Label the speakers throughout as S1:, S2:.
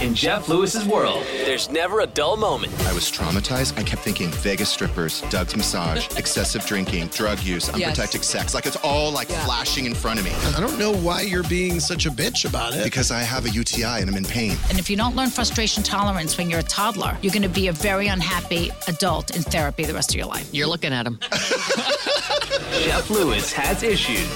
S1: In Jeff Lewis's world, there's never a dull moment.
S2: I was traumatized. I kept thinking Vegas strippers, Doug's massage, excessive drinking, drug use, unprotected sex. Like it's all like flashing in front of me
S3: I don't know why you're being such a bitch about it.
S2: because I have a UTI and I'm in pain.
S4: And if you don't learn frustration tolerance when you're a toddler, you're going to be a very unhappy adult in therapy the rest of your life.
S5: You're looking at him.
S1: Jeff Lewis has issues.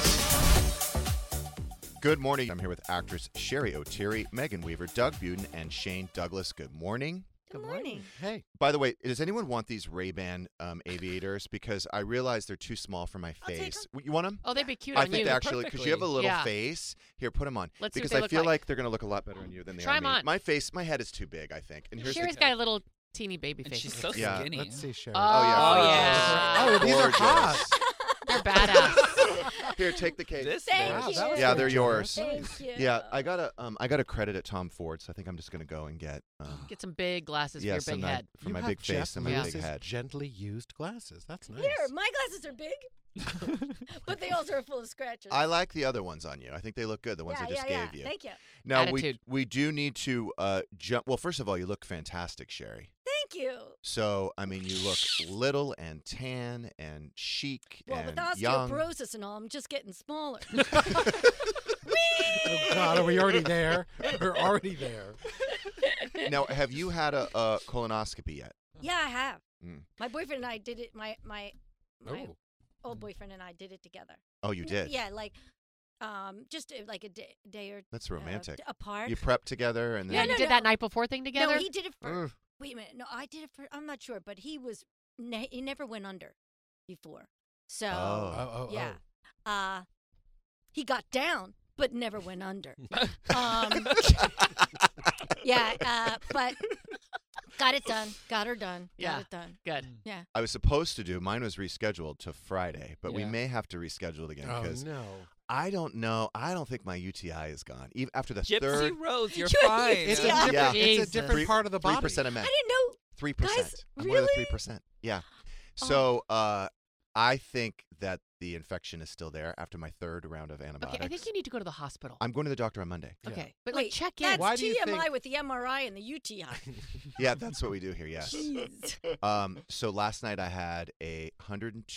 S2: Good morning. I'm here with actress Sherry O'Terry, Megan Weaver, Doug Buden, and Shane Douglas. Good morning.
S6: Good morning.
S2: Hey. By the way, does anyone want these Ray Ban um, aviators? Because I realize they're too small for my
S6: take
S2: face. You want them?
S5: Oh, they'd be cute
S2: I
S5: on
S2: think
S5: you.
S2: they actually because you have a little
S5: Yeah.
S2: face. Here, put them on.
S5: Let's see what
S2: because
S5: they
S2: I
S5: look
S2: feel like.
S5: like.
S2: they're gonna look a lot better on you than they
S5: Try
S2: are
S5: 'em
S2: me.
S5: on.
S2: My face, my head is too big. I think. And here's
S5: Sherry's
S2: the
S5: got a little teeny baby face.
S7: She's so
S2: Yeah.
S7: skinny.
S3: Let's see, Sherry.
S2: Oh yeah.
S5: Oh,
S2: gorgeous.
S5: yeah.
S3: Oh, these are
S2: Gorgeous.
S3: hot.
S5: They're badass.
S2: Here, take the cake.
S7: This
S6: Thank
S3: Wow,
S6: you.
S3: that was
S2: yeah,
S3: very
S2: they're
S3: generous.
S2: yours.
S6: Thank you.
S2: Yeah, I got a um, I got a credit at Tom Ford, so I think I'm just gonna go and get um,
S5: Get some big glasses
S2: yeah,
S5: for your
S2: some
S5: big
S2: nice-
S5: head.
S2: for
S3: You
S2: my
S3: have
S2: big
S3: Jeff
S2: face and my big
S3: Lewis's
S2: head.
S3: Gently used glasses. That's nice.
S6: Here, my glasses are big, but they also are full of scratches.
S2: I like the other ones on you. I think they look good. The ones
S6: yeah,
S2: I just
S6: yeah,
S2: gave
S6: yeah.
S2: you.
S6: Thank you.
S2: Now
S5: Attitude.
S2: we we do need to uh, jump. Well, first of all, you look fantastic, Sherry.
S6: Thank you.
S2: So I mean, you look little and tan and chic
S6: Well,
S2: and
S6: with
S2: young.
S6: osteoporosis and all, I'm just getting smaller.
S3: Oh God, are we already there? We're already there.
S2: Now, have you had a, a colonoscopy yet?
S6: yeah, I have.
S2: Mm.
S6: My boyfriend and I did it. My my my
S3: Oh.
S6: old boyfriend and I did it together.
S2: Oh, Hmm. you did.
S6: Yeah, like um, just uh, like a day, day or
S2: That's
S6: uh,
S2: romantic.
S6: apart.
S2: You prepped together and
S5: Yeah,
S2: then.
S6: No,
S5: you
S6: no,
S5: did that night before thing together?
S6: No, he did it first.
S2: Ugh.
S6: Wait a minute. No, I did it first. I'm not sure, but he was ne- he never went under before. So
S2: Oh.
S3: Oh, oh,
S6: yeah,
S3: oh.
S6: uh, he got down but never went under. um, yeah, uh, but got it done. Got her done.
S5: Yeah.
S6: Got it done.
S5: Good.
S6: Yeah.
S2: I was supposed to do mine was rescheduled to Friday, but we
S7: Yeah.
S2: may have to reschedule it again
S3: Oh
S2: because
S3: no.
S2: I don't know. I don't think my UTI is gone. Even after the
S7: Gypsy
S2: third
S7: Rose, you're
S6: You're-
S7: fine.
S3: It's a
S6: Yeah.
S3: different. It's
S5: Jesus.
S3: a different
S2: Three-
S3: part of the
S2: three
S3: body.
S2: percent of men.
S6: I didn't know.
S2: Three percent.
S6: Guys,
S2: I'm one of the three
S6: really?
S2: percent. Yeah.
S6: Oh.
S2: So uh, I think that the infection is still there after my third round of antibiotics.
S5: Okay, I think you need to go to the hospital.
S2: I'm going to the doctor on Monday.
S3: Yeah.
S5: Okay. But like
S6: Wait,
S5: check in.
S6: That's
S3: Why do you
S6: TMI
S3: think-
S6: with the MRI and the UTI.
S2: Yeah, that's what we do here. Yes.
S6: Jeez.
S2: Um. So last night I had a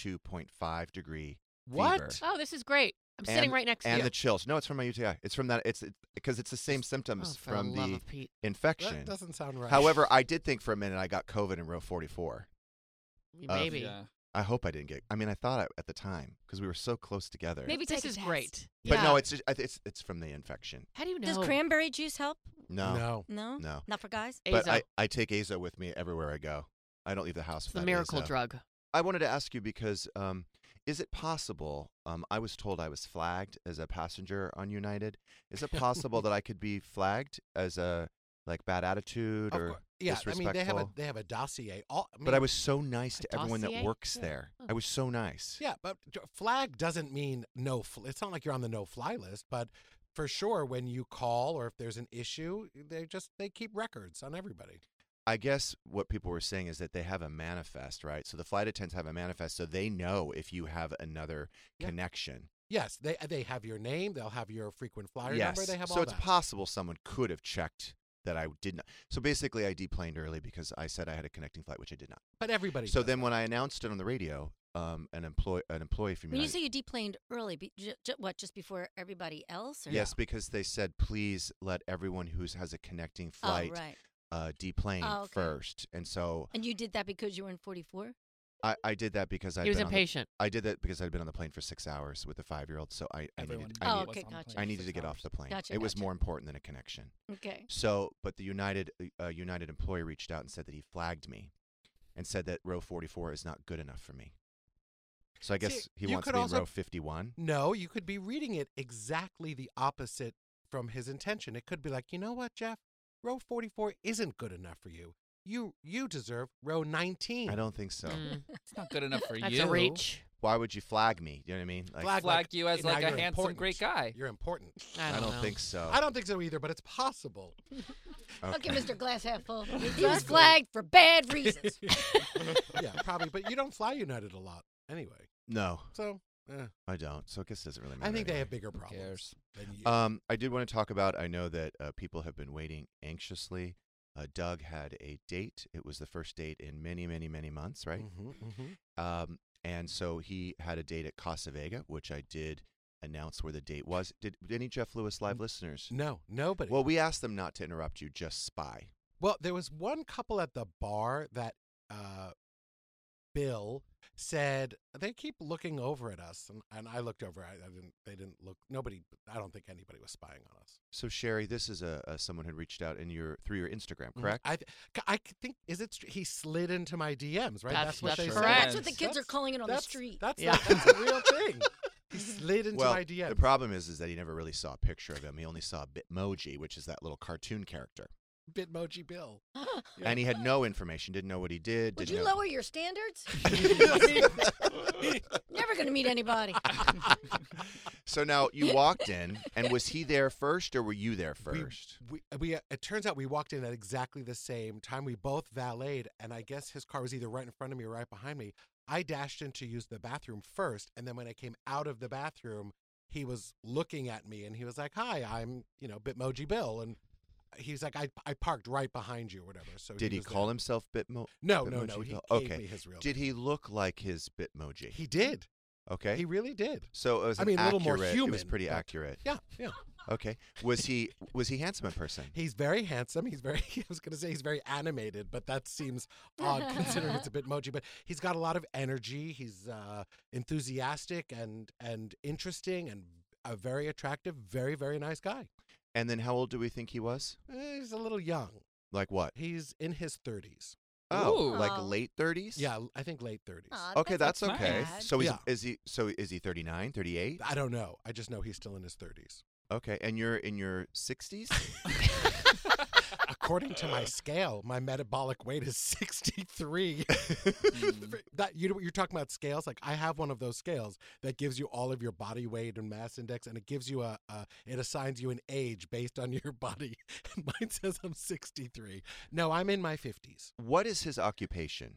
S2: 102.5 degree fever.
S3: What?
S5: Oh, this is great. I'm sitting
S2: and-
S5: right next to
S2: and
S5: you.
S2: the chills. No, it's from my UTI. It's from that. It's because it's the same
S5: oh,
S2: symptoms
S5: for
S2: from
S5: the love
S2: the
S5: of Pete.
S2: infection.
S3: That doesn't sound right.
S2: However, I did think for a minute I got COVID in row 44. of-
S5: Maybe.
S7: Yeah.
S2: I hope I didn't get. I mean, I thought I, at the time because we were so close together.
S6: Maybe
S5: this
S6: take a
S5: is
S6: test.
S5: great.
S2: But
S5: yeah.
S2: no, it's just, I th- it's it's from the infection.
S5: How do you know?
S6: Does cranberry juice help?
S2: No.
S3: no.
S6: No.
S2: Oh, No.
S6: Not for guys.
S2: But
S5: Azo.
S2: I, I take Azo with me everywhere I go. I don't leave the house.
S5: it's the
S2: without
S5: miracle
S2: Azo.
S5: drug.
S2: I wanted to ask you because um, is it possible? Um, I was told I was flagged as a passenger on United. Is it possible that I could be flagged as a like bad attitude
S3: Of
S2: or
S3: cour- yeah, I
S2: disrespectful?
S3: mean they have a they have a dossier. All, I
S2: but I
S3: mean,
S2: was so nice to
S5: A
S2: everyone that
S5: dossier?
S2: works
S5: Yeah.
S2: there.
S5: Huh.
S2: I was so nice.
S3: Yeah, but d- flag doesn't mean no. Fl- it's not like you're on the no fly list, but for sure, when you call or if there's an issue, they just they keep records on everybody.
S2: I guess what people were saying is that they have a manifest, right? So the flight attendants have a manifest, so they know if you have another
S3: Yeah.
S2: connection.
S3: Yes, they they have your name. They'll have your frequent flyer
S2: yes.
S3: number. They have
S2: so
S3: all
S2: it's
S3: that.
S2: possible someone could have checked that I did not. So basically, I deplaned early because I said I had a connecting flight, which I did not.
S3: but everybody.
S2: so
S3: does
S2: then,
S3: that.
S2: when I announced it on the radio, um, an employee an employee from
S6: When you
S2: United.
S6: say you deplaned early, be, j- j- what, just before everybody else? Or
S2: yes, because they said please let everyone who has a connecting
S6: Oh,
S2: flight
S6: right.
S2: uh, deplane
S6: Oh, okay.
S2: first, and so
S6: And you did that because you were in 44?
S2: I, I did that because I
S5: He was impatient.
S2: I did that because I'd been on the plane for six hours with a five year old, so I, I needed I,
S6: Oh,
S2: need-
S6: okay, gotcha.
S2: I needed to get off the plane.
S6: Gotcha,
S2: it was
S6: gotcha.
S2: more important than a connection.
S6: Okay.
S2: So, but the United uh, United employee reached out and said that he flagged me, and said that row forty four is not good enough for me. So I
S3: See,
S2: guess he
S3: you
S2: wants
S3: could
S2: to be in
S3: also-
S2: row fifty one.
S3: No, you could be reading it exactly the opposite from his intention. It could be like, you know what, Jeff, row 44 isn't good enough for you. You you deserve row 19.
S2: I don't think so.
S5: Mm,
S7: It's not good enough for
S5: that's
S7: you.
S5: a reach.
S2: Why would you flag me? You know what I mean? Like,
S7: Flag you as,
S3: now
S7: like, a
S3: you're
S7: handsome, great
S3: important.
S7: guy.
S3: You're important.
S5: I
S2: I
S5: don't,
S2: don't,
S5: know.
S2: think so.
S3: I don't think so either, but it's possible.
S6: Okay, Mr. Glass half full. He was flagged for bad reasons.
S3: yeah, probably. But you don't fly United a lot anyway.
S2: No,
S3: So eh,
S2: I don't. So I guess it doesn't really matter.
S3: I think they
S2: anyway.
S3: have bigger problems
S7: cares?
S3: than you.
S2: Um, I did want to talk about. I know that uh, people have been waiting anxiously. Uh, Doug had a date. It was the first date in many, many, many months, right?
S3: Mhm, mhm.
S2: Um, and so he had a date at Casa Vega, which I did announce where the date was. Did, did any Jeff Lewis live listeners?
S3: No, nobody.
S2: Well, we asked them not to interrupt you, just spy.
S3: Well, there was one couple at the bar that uh, Bill said they keep looking over at us, and, and I looked over. I, I didn't. They didn't look. Nobody. I don't think anybody was spying on us.
S2: So Sherry, this is a, a someone who reached out in your through your Instagram,
S3: Mhm.
S2: correct?
S3: I, th- c- I c- think is it str- he slid into my DMs, right?
S5: That's-
S3: what
S5: that's
S3: they
S5: correct.
S3: said.
S5: That's
S6: what the kids are calling it on the
S3: that's-
S6: street.
S3: That's
S5: Yeah.
S3: the- that's a real thing. He slid into
S2: well,
S3: my DMs.
S2: the problem is, is that he never really saw a picture of him. He only saw Bitmoji, which is that little cartoon character,
S3: Bitmoji Bill.
S2: and he had no information. Didn't know what he did.
S6: Would
S2: didn't
S6: you
S2: know-
S6: lower your standards? Never going to meet anybody.
S2: So now you walked in, and was he there first, or were you there
S3: We-
S2: first?
S3: We, we, uh it turns out we walked in at exactly the same time. We both valeted, and I guess his car was either right in front of me or right behind me. I dashed in to use the bathroom first, and then when I came out of the bathroom, he was looking at me, and he was like, "Hi, I'm you know Bitmoji Bill," and he's like, "I I parked right behind you, or whatever." So
S2: Did he,
S3: was
S2: call
S3: there.
S2: himself Bitmo?
S3: No, no,
S2: Bitmoji
S3: no, he
S2: Bill?
S3: gave
S2: okay.
S3: me his real
S2: did he look like his Bitmoji?
S3: He did.
S2: okay.
S3: He really did.
S2: so it was
S3: I
S2: an
S3: mean, a little
S2: accurate.
S3: more
S2: It was
S3: human,
S2: pretty
S3: but-
S2: accurate.
S3: Yeah, yeah.
S2: Okay. Was he was he handsome in person?
S3: He's very handsome. He's very. I was going to say he's very animated, but that seems odd considering it's a bit moji. But he's got a lot of energy. He's uh, enthusiastic and and interesting and a very attractive, very very nice guy.
S2: And then how old do we think he was?
S3: Eh, He's a little young.
S2: Like what?
S3: He's in his thirties.
S2: Oh,
S7: Ooh.
S2: like
S6: Oh.
S2: late thirties.
S3: Yeah, I think late thirties.
S6: Aw,
S2: Okay,
S6: that's,
S2: that's
S7: not
S2: okay.
S6: bad.
S2: So is,
S3: Yeah.
S2: is he so is he 39, 38?
S3: I don't know. I just know he's still in his thirties,
S2: Okay, and you're in your 60s?
S3: according to my scale. My metabolic weight is sixty three.
S5: Mm.
S3: that you know what you're talking about scales like i have one of those scales that gives you all of your body weight and mass index and it gives you a, a it assigns you an age based on your body and mine says i'm 63 no i'm in my 50s
S2: what is his occupation?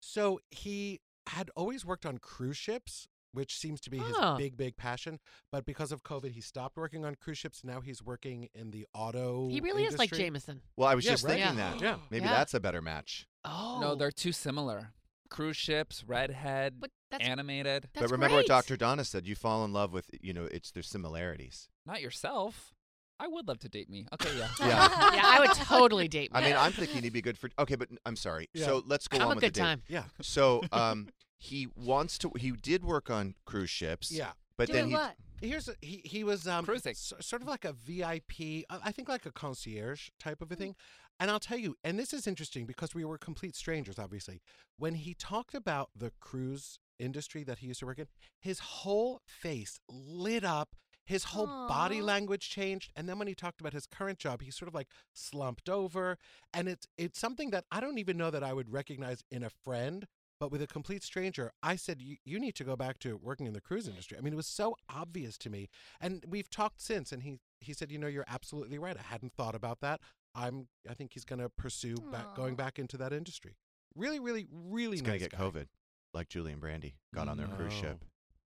S3: so he had always worked on cruise ships which seems to be his
S5: Oh.
S3: big big passion but because of covid he stopped working on cruise ships now he's working in the auto
S5: He really is like
S3: industry.
S5: Jameson.
S2: Well, I was
S3: Yeah,
S2: just
S3: right.
S2: thinking
S5: Yeah.
S2: that.
S3: Yeah.
S2: Maybe
S5: Yeah.
S2: that's a better match.
S5: Oh.
S7: No, they're too similar. Cruise ships, redhead,
S5: But that's-
S7: animated.
S5: That's
S2: but remember
S5: great.
S2: what Dr. Donna said, you fall in love with, you know, it's their similarities.
S7: Not yourself. I would love to date me. Okay, yeah.
S2: Yeah.
S5: yeah, I would totally date.
S2: I
S5: me.
S2: mean, I'm thinking he'd be good for Okay, but n- I'm sorry.
S3: Yeah.
S2: So, let's go
S5: I'm
S2: on
S5: a
S2: with
S5: good
S2: the date.
S5: time.
S3: yeah
S2: So, um he wants to he did work on cruise ships.
S3: yeah
S2: But
S6: Doing
S2: then he
S6: what?
S3: Here's a, he he was um
S7: Cruising.
S3: s- sort of like a VIP, uh, I think like a concierge type of a thing. And I'll tell you, and this is interesting because we were complete strangers, obviously. When he talked about the cruise industry that he used to work in, his whole face lit up. His whole body
S6: Aw.
S3: language changed, and then when he talked about his current job, he sort of like slumped over, and it's it's something that I don't even know that I would recognize in a friend, but with a complete stranger, I said, you, you need to go back to working in the cruise industry. I mean, it was so obvious to me. And we've talked since, and he, he said, You know, you're absolutely right. I hadn't thought about that. I'm, I think he's going to pursue ba- going
S6: Aw.
S3: back into that industry. Really, really, really
S2: he's
S3: nice
S2: going to get
S3: guy.
S2: COVID like Julie and Brandy got on their cruise ship.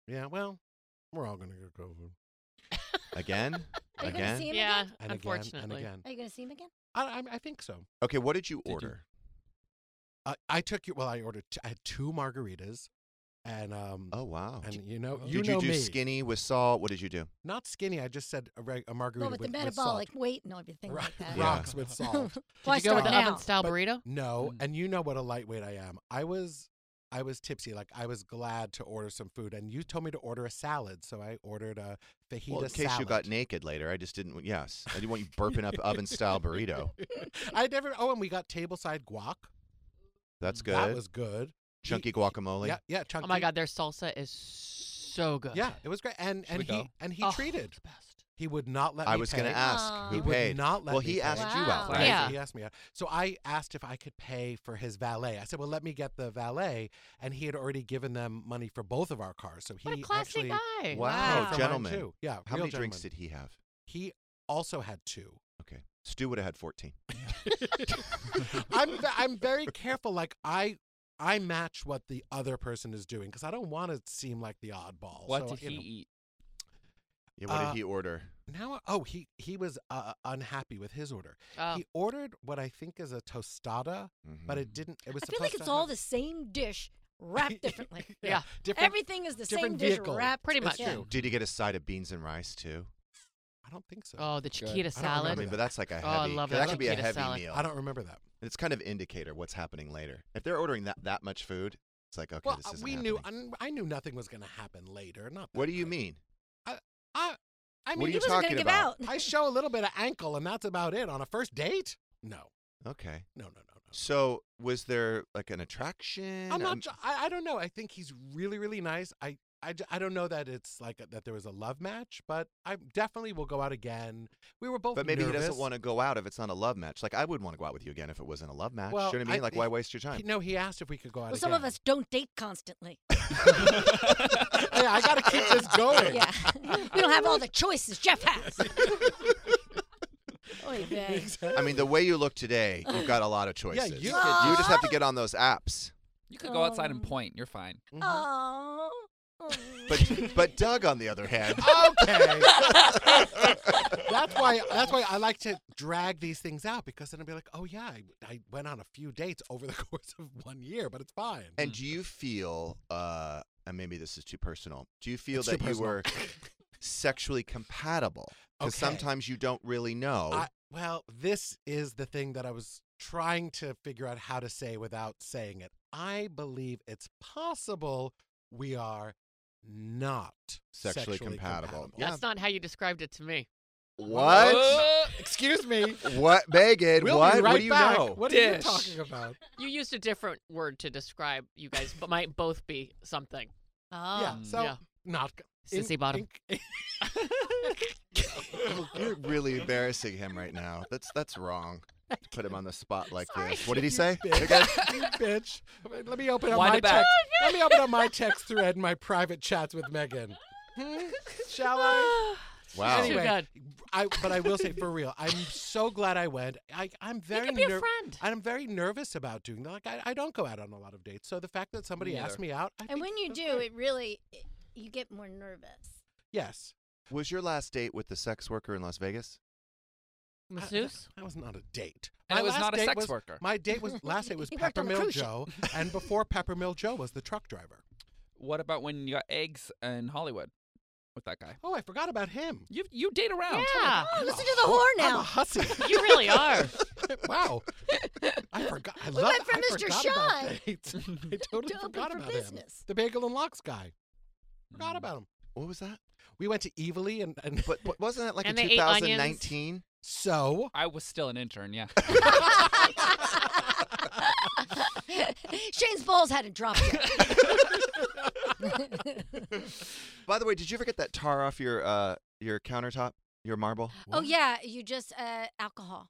S3: Yeah, well, we're all going to get COVID.
S2: Again?
S6: Are you going to
S2: again?
S6: see him
S5: yeah,
S6: again?
S3: And
S5: unfortunately.
S3: Again, and
S6: Are
S3: again.
S6: you going to see him again?
S3: I, I, I think so.
S2: Okay, what did you
S7: Did you-
S2: order?
S3: I I took you, well, I ordered, t- I had two margaritas And um,
S2: Oh wow.
S3: and
S2: Did-
S3: you know, you
S2: Did
S3: know
S2: you do
S3: me.
S2: skinny with salt? What did you do?
S3: Not skinny. I just said a, reg- a margarita
S6: Well, with the
S3: with
S6: metabolic
S3: salt.
S6: weight and everything
S3: Ro-
S6: like that.
S2: Yeah.
S3: Rocks with salt.
S6: Well, I
S5: Did you go with
S6: start
S5: an
S6: now.
S5: oven style
S3: But
S5: burrito?
S3: No,
S7: Mm.
S3: and you know what a lightweight I am. I was I was tipsy, like I was glad to order some food, and you told me to order a salad, so I ordered a fajita
S2: well, in case
S3: salad.
S2: you got naked later, I just didn't. Yes, I didn't want you burping up oven style burrito.
S3: I never. Oh, and we got tableside guac.
S2: That's good.
S3: That was good.
S2: Chunky
S3: He-
S2: guacamole.
S3: Yeah, yeah. Chunky.
S5: Oh my God, their salsa is so good.
S3: Yeah, it was great. And
S7: Should
S3: and
S7: we
S3: he
S7: go?
S3: and he
S5: Oh,
S3: treated.
S5: it's the best.
S3: uh, He would not let.
S2: I
S3: me
S2: was
S3: pay.
S2: going to ask
S6: Aw.
S2: who
S3: He
S2: paid.
S3: would not let
S2: well,
S3: me
S2: he
S3: pay.
S2: asked you
S6: Wow.
S2: out, right?
S5: Yeah.
S3: He asked me. out. So I asked if I could pay for his valet. I said, "Well, let me get the valet," and he had already given them money for both of our cars. So he
S5: What a classy
S3: actually
S5: guy.
S2: Wow, Oh,
S3: paid for mine
S2: gentlemen.
S3: too. Yeah,
S2: How
S3: real
S2: many drinks
S3: gentleman.
S2: did he have?
S3: He also had two.
S2: Okay, Stu would have had fourteen.
S3: I'm ve- I'm very careful. Like I I match what the other person is doing because I don't want to seem like the oddball.
S7: What
S3: So,
S7: did
S3: you
S7: he
S3: know.
S7: eat?
S2: Yeah, what
S3: Uh,
S2: did he order?
S3: Now, oh, he he was uh, unhappy with his order.
S5: Oh.
S3: He ordered what I think is a tostada, but
S2: Mm-hmm.
S3: it didn't. It was.
S6: I feel
S3: supposed
S6: like
S3: to
S6: it's all
S3: have-
S6: the same dish wrapped differently.
S5: Yeah.
S3: different.
S6: Everything is the same
S3: different
S6: dish
S3: vehicle.
S6: wrapped.
S5: Pretty
S6: It's
S5: much.
S6: yeah.
S3: true.
S2: Did he get a side of beans and rice too?
S3: I don't think so.
S5: Oh, the
S7: Good.
S5: chiquita
S3: I don't remember
S2: I
S5: salad.
S2: mean,
S3: that.
S2: but that's like a
S5: Oh,
S2: heavy.
S5: I love
S2: that
S5: that
S2: could be a
S5: potato
S2: heavy
S5: salad.
S2: meal.
S3: I don't remember that.
S2: It's kind of indicator what's happening later. If they're ordering that that much food, it's like okay,
S3: well,
S2: this
S3: uh,
S2: isn't
S3: we knew.
S2: happening.
S3: I, I knew nothing was going to happen later. Not.
S2: What
S3: that
S2: do you
S3: night.
S2: mean?
S3: I, I
S2: What
S3: mean,
S2: are you
S6: He wasn't
S2: talking
S6: gonna give
S2: about?
S6: out.
S3: I show a little bit of ankle, and that's about it on a first date. No,
S2: Okay.
S3: no, no, no, no.
S2: So was there like an attraction?
S3: I'm
S2: Um,
S3: not. ju- I, I don't know. I think he's really, really nice. I, I, ju- I don't know that it's like that there was a love match, but I definitely will go out again. We were both.
S2: But maybe he
S3: nervous.
S2: doesn't want to go out if it's not a love match. Like I would want to go out with you again if it wasn't a love match.
S3: Well,
S2: Do you know what I mean? like why waste your
S3: he-
S2: time?
S3: no, he asked if we could go out.
S6: Well, some of
S3: again.
S6: us don't date constantly.
S3: yeah, I got to keep this going.
S6: yeah. we don't have all the choices Jeff has. Oy vey.
S2: I mean, the way you look today, you've got a lot of choices.
S3: you Ah!
S2: you just have to get on those apps.
S7: You could go outside and
S6: Um,
S7: point. You're fine.
S6: Aw.
S2: But but Doug, on the other hand,
S3: Ah! Okay. that's why. That's why I like to drag these things out because then I'll be like, oh yeah, I, I went on a few dates over the course of one year, but it's fine.
S2: and do you feel? uh and maybe this is too personal. Do you feel
S3: It's too
S2: that you
S3: personal.
S2: were sexually compatible? Because
S3: Okay.
S2: sometimes you don't really know.
S3: I, well, this is the thing that I was trying to figure out how to say without saying it. I believe it's possible we are not
S2: Sexually compatible. Yeah.
S5: That's not how you described it to me.
S2: what?
S7: Oh,
S3: Excuse me.
S2: What, Megan?
S3: We'll
S2: what?
S3: be right
S2: what do you
S3: back.
S2: know?
S3: What are you
S7: Dish.
S3: talking about?
S5: You used a different word to describe you guys, but might both be something.
S6: Oh.
S3: yeah. So
S5: Um, yeah.
S3: not in-
S5: Sissy bottom.
S3: in-
S2: You're really embarrassing him right now. That's that's wrong. Put him on the spot like
S6: Sorry.
S2: this. What did he
S3: You
S2: say?
S3: bitch. you bitch. Let me open up
S7: Wind
S3: my
S7: it back.
S3: text. Let me open up my text thread and my private chats with Megan. Hmm? Shall I?
S2: Wow.
S5: Too
S3: Anyway,
S5: good.
S3: I but I will say for real, I'm so glad I went. I I'm very
S5: could be a
S3: ner-
S5: friend.
S3: I'm very nervous about doing that. Like I, I don't go out on a lot of dates, so the fact that somebody
S7: Me
S3: asked
S7: neither.
S3: me out, I
S6: And
S3: think
S6: when you
S3: that's
S6: do,
S3: great.
S6: it really, it, you get more nervous.
S3: yes,
S2: Was your last date with the sex worker in Las Vegas?
S5: Masseuse?
S3: That was not a date.
S7: And it was
S3: last
S7: not a
S3: date
S7: sex
S3: was-
S7: worker.
S3: My date was last date was
S6: He worked on a
S3: Peppermill
S6: cruise ship.
S3: Joe, and before Peppermill Joe was the truck driver.
S7: What about when you got eggs in Hollywood with that guy?
S3: Oh, I forgot about him.
S7: You you date around.
S5: Yeah.
S6: Oh, listen to the
S3: Oh,
S6: whore
S3: I'm a
S6: now.
S3: hussy.
S5: You really are.
S3: wow. I forgot. I
S6: We
S3: love
S6: went from
S3: I
S6: Mr.
S3: forgot
S6: Shy
S3: about dates. I totally
S6: to
S3: forgot
S6: open for
S3: about
S6: business.
S3: him. The bagel and locks guy. Forgot
S5: Mm.
S3: about him.
S2: What was that?
S3: We went to Evilly and, and
S2: But, but wasn't that like
S5: And
S2: in
S5: they ate onions.
S2: 2019?
S3: so
S7: I was still an intern. Yeah.
S6: Shane's balls hadn't dropped yet.
S2: By the way, did you ever get that tar off your uh your countertop, your marble?
S6: oh yeah, you just uh, alcohol.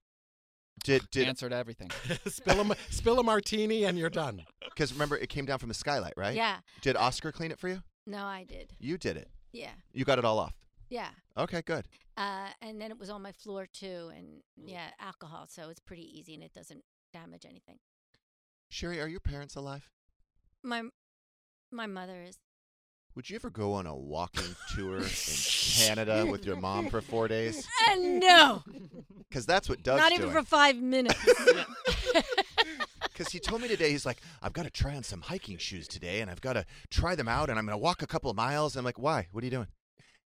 S2: Did did
S7: Answer to everything.
S3: spill a ma- spill a martini and you're done.
S2: because remember it came down from the skylight, right?
S6: Yeah.
S2: Did Oscar clean it for you?
S6: No, I did.
S2: You did it.
S6: Yeah,
S2: You got it all off.
S6: yeah.
S2: Okay, good.
S6: Uh, and then it was on my floor too, and yeah, alcohol. So it's pretty easy, and it doesn't damage anything.
S2: Sherry, are your parents alive?
S6: My my mother is.
S2: Would you ever go on a walking tour in Canada with your mom for four days?
S6: Uh, no,
S2: Because that's what Doug's
S6: not even
S2: doing.
S6: for five minutes.
S2: Because he told me today, he's like, I've got to try on some hiking shoes today, and I've got to try them out, and I'm going to walk a couple of miles. I'm like, why? What are you doing?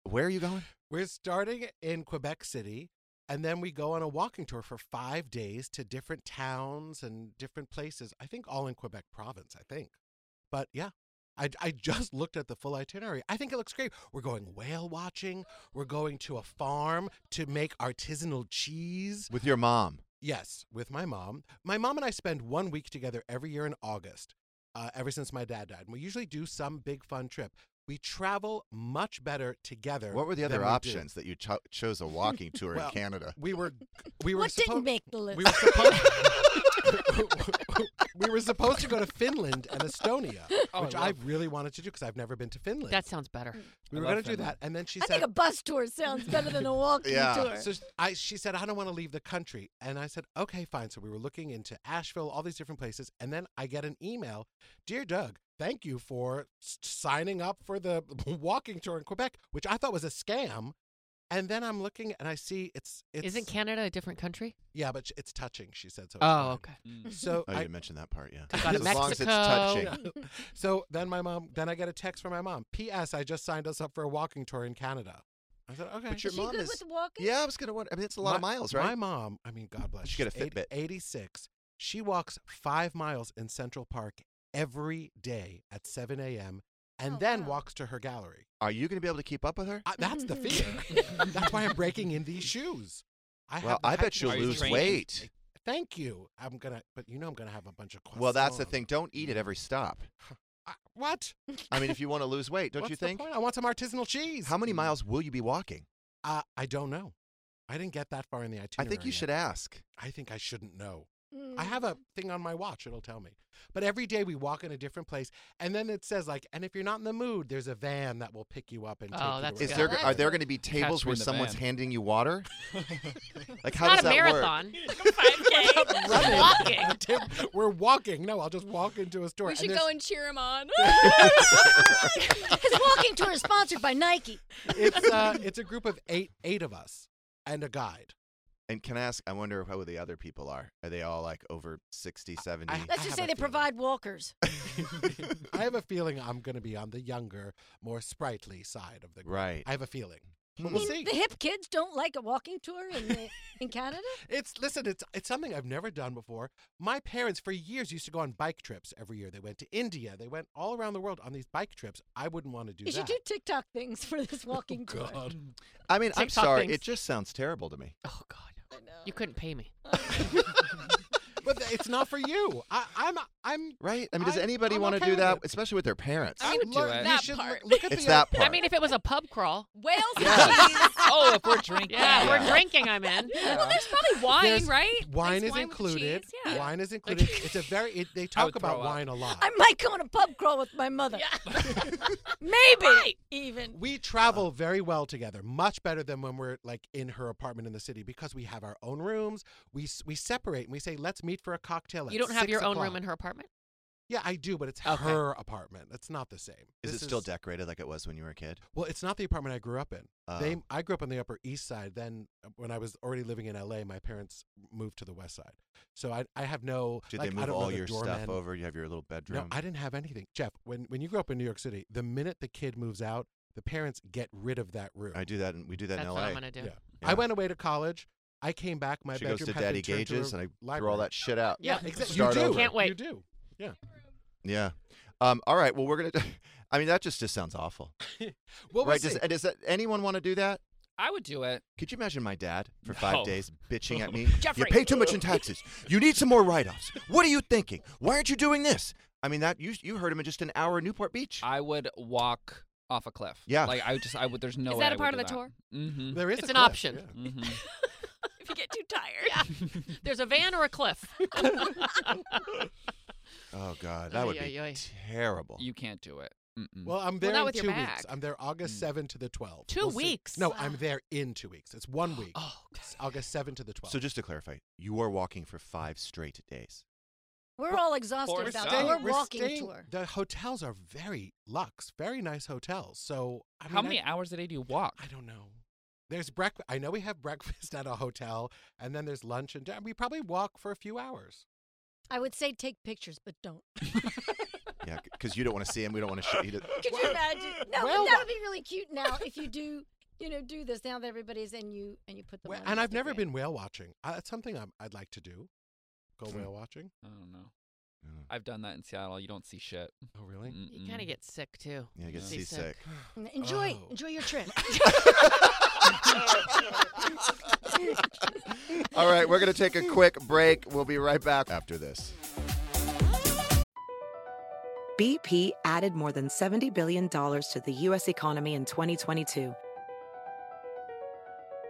S2: Where are you going?
S3: We're starting in Quebec City, and then we go on a walking tour for five days to different towns and different places. I think all in Quebec province, I think. But yeah, I, I just looked at the full itinerary. I think it looks great. We're going whale watching, we're going to a farm to make artisanal cheese.
S2: With your mom.
S3: Yes, with my mom. My mom and I spend one week together every year in August, uh, ever since my dad died. And we usually do some big fun trip. We travel much better together.
S2: What were the
S3: than
S2: other
S3: we do.
S2: options that you cho- chose a walking tour
S3: Well,
S2: in Canada?
S3: We were, we were
S6: what
S3: suppo-
S6: didn't make the list?
S3: We were, suppo- we were supposed to go to Finland and Estonia,
S7: Oh, I
S3: which I
S7: love-
S3: really wanted to do because I've never been to Finland.
S5: That sounds better.
S3: we were
S7: I love
S3: going to do that,
S7: Finland.
S3: and then she
S6: I
S3: said,
S6: think a bus tour sounds better than a walking
S2: Yeah.
S6: tour.
S3: so sh- I, she said, I don't want to leave the country. And I said, okay, fine. So we were looking into Asheville, all these different places. And then I get an email Dear Doug, thank you for s- signing up for the walking tour in Quebec, which I thought was a scam. And then I'm looking and I see it's. it's
S5: Isn't Canada a different country?
S3: Yeah, but sh- it's touching, she said. So it's
S5: Oh,
S3: fine.
S5: okay.
S3: So
S2: Oh, you
S3: I,
S2: didn't mention that part, yeah.
S5: Took out
S2: as
S5: of
S2: long as it's touching.
S5: Mexico.
S3: so then my mom, then I get a text from my mom. P.S. I just signed us up for a walking tour in Canada. I said, okay.
S2: But your
S6: Is she
S2: mom
S6: good
S2: is.
S6: with walking?
S2: Yeah, I was gonna wonder. I mean, it's a lot of
S3: My-
S2: miles, right?
S3: My mom, I mean, God bless.
S2: You should get
S3: she's
S2: a Fitbit.
S3: 86. She walks five miles in Central Park every day at 7 a.m. and
S6: Oh,
S3: then
S6: wow.
S3: walks to her gallery.
S2: Are you gonna be able to keep up with her?
S3: I, that's the fear.
S6: Mm-hmm.
S3: that's why I'm breaking in these shoes. I
S2: well,
S3: have the
S2: I bet
S3: hiking
S2: you'll
S7: Are you
S2: lose
S7: training?
S2: weight.
S3: Thank you. I'm gonna, but you know, I'm gonna have a bunch of. Croissants.
S2: Well, that's the thing. Don't eat at every stop.
S3: I- what?
S2: I mean, if you want to lose weight, don't
S3: What's
S2: you
S3: the
S2: think?
S3: point? I want some artisanal cheese.
S2: How many miles will you be walking?
S3: Uh, I don't know. I didn't get that far in the itinerary.
S2: I think you
S3: yet.
S2: should Mm. ask.
S3: I think I shouldn't know. I have a thing on my watch; it'll tell me. But every day we walk in a different place, and then it says like, "And if you're not in the mood, there's a van that will pick you up and take
S5: Oh,
S3: you."
S5: that's
S3: to
S2: Is
S5: good.
S2: there
S6: That's
S2: are there
S6: good.
S2: going to be
S7: Catch
S2: tables
S7: me
S2: where
S7: in the
S2: someone's
S7: van.
S2: handing you water? like how
S5: Not
S2: does
S5: a
S2: that
S5: marathon.
S3: running.
S5: Walking.
S3: The tip- We're walking. No, I'll just walk into a store.
S8: We
S3: and
S8: should
S3: there's-
S8: go and cheer him on.
S6: His walking tour is sponsored by Nike.
S3: it's uh, it's a group of eight eight of us and a guide.
S2: work? And can I ask? I wonder how the other people are. Are they all like over 60, 70?
S3: I-
S6: Let's just say
S3: have a
S6: they
S3: feeling.
S6: provide walkers.
S3: I have a feeling I'm going to be on the younger, more sprightly side of the group.
S2: Right.
S3: I have a feeling. But
S2: Hmm.
S3: we'll
S6: I
S3: see.
S6: mean, the hip kids don't like a walking tour in, the, in Canada.
S3: It's listen, it's it's something I've never done before. My parents for years used to go on bike trips every year. They went to India. They went all around the world on these bike trips. I wouldn't want to do
S6: you should
S3: that. Oh,
S6: do TikTok things for this walking tour.
S2: I mean, I'm
S5: TikTok
S2: sorry.
S5: things.
S2: It just sounds terrible to me.
S5: Oh God. You couldn't pay me.
S3: but th- it's not for you. I, I'm I'm
S2: Right? I mean, does
S3: I'm-
S2: anybody
S3: I'm
S2: want to
S3: okay
S2: do
S3: with
S2: that,
S3: it. Ah,
S2: especially with their parents?
S8: I would
S7: do
S3: Look,
S7: it.
S3: you
S8: That
S3: should
S8: part.
S3: look at
S2: It's
S3: the-
S2: that part.
S5: I mean, if it was a pub crawl.
S8: Whales
S2: Yes.
S8: cheese.
S7: oh, if we're drinking.
S5: Yeah,
S2: Yeah.
S5: we're drinking. I'm in.
S8: Well, there's probably wine,
S3: There's-
S8: right?
S3: Wine
S8: There's
S3: is
S8: with
S3: included.
S8: cheese, Yeah.
S3: Wine is included. It's a very it, they talk
S7: would
S3: about
S7: throw up.
S3: wine a lot.
S6: I might go on a pub crawl with my mother. Maybe even.
S3: we travel very well together, much better than when we're like in her apartment in the city because we have our own rooms. We s- we separate and we say let's meet for a cocktail. At
S5: You don't have
S3: six
S5: your own
S3: o'clock."
S5: room in her apartment.
S3: Yeah, I do, but it's
S5: Okay.
S3: her apartment. It's not the same.
S2: is
S3: This
S2: it still decorated like it was when you were a kid?
S3: Well, it's not the apartment I grew up in. They,
S2: Oh.
S3: I grew up on the Upper East Side. Then, uh, when I was already living in LA, my parents moved to the West Side. So I, I have no.
S2: Did
S3: like, I
S2: they move
S3: don't know
S2: all
S3: the
S2: your
S3: doorman.
S2: stuff over? You have your little
S3: No,
S2: bedroom.
S3: I didn't have anything, Jeff. When when you grow up in New York City, the minute the kid moves out, the parents get rid of that room.
S2: I do that. In, we do that
S5: That's
S2: in
S5: what
S2: LA.
S5: I'm gonna do.
S3: Yeah.
S2: Yeah.
S3: I went away to college. I came back. My
S2: she
S3: bedroom
S2: goes to
S3: had
S2: Daddy
S3: been turned to a
S2: Gage's, and I threw
S3: library.
S2: all that shit out.
S3: Yeah,
S5: Yeah.
S3: exactly.
S2: Start
S3: you do.
S2: over.
S5: Can't wait.
S3: You do. Yeah.
S2: Yeah. Um, all right. Well, we're gonna. I mean, that just just sounds awful.
S3: Well, we'll
S2: right?
S3: see.
S2: Does, does that, anyone want to do that?
S7: I would do it.
S2: Could you imagine my dad for five
S7: No.
S2: days bitching at me?
S8: Jeffrey.
S2: You pay too much in taxes. You need some more write-offs. What are you thinking? Why aren't you doing this? I mean, that you you heard him in just an hour in Newport Beach.
S7: I would walk off a cliff.
S2: Yeah.
S7: Like I would just I would. There's no.
S8: Is
S7: way
S8: that
S7: I
S8: a part
S7: would
S8: of the
S7: do
S8: tour?
S7: Mm-hmm.
S3: There is
S5: It's
S3: a
S5: an
S3: cliff,
S5: option.
S3: yeah.
S7: Mm-hmm.
S8: if you get too tired.
S5: There's a van or a cliff.
S2: oh God, that
S5: Ay,
S2: would be
S5: ay, ay.
S2: terrible.
S7: You can't do it. Mm-mm.
S3: Well, I'm
S8: Well,
S3: there
S8: not
S3: in
S8: with your
S3: two weeks.
S8: back.
S3: I'm there August
S7: Mm.
S3: 7 to the 12th.
S5: Two
S3: see.
S5: weeks?
S3: No, I'm there in two weeks. It's one week.
S5: Oh, God.
S3: It's August 7 to the 12th.
S2: so just to clarify, you are walking for five straight days.
S6: We're all exhausted
S7: We're
S6: about
S7: staying-
S6: our
S7: we're
S6: walking
S3: staying-
S6: tour.
S3: The hotels are very luxe, very nice hotels. So I mean,
S7: How
S3: I-
S7: many hours a day do you walk?
S3: I don't know. There's breakfast. I know we have breakfast at a hotel, and then there's lunch and dinner. We probably walk for a few hours.
S6: I would say take pictures, but don't.
S2: Yeah, because you don't want to see him. We don't want to. Sh- he does-
S6: Could you imagine? No,
S3: well,
S6: but that would be really cute now if you do, you know, do this now that everybody's and you and you put them.
S3: Well,
S6: on
S3: and I've never
S6: Instagram.
S3: been whale watching. Uh, that's something I'm, I'd like to do. Go
S7: Hmm.
S3: whale watching.
S7: I don't know. I've done that in Seattle. You don't see shit.
S3: Oh, really?
S7: Mm.
S5: You kind of get sick too.
S2: Yeah, you get
S5: Seasick.
S2: seasick.
S6: Mm, Enjoy,
S3: Oh.
S6: enjoy your trip.
S2: All right, we're going to take a quick break. We'll be right back after this.
S9: BP added more than $70 billion to the U.S. economy in 2022.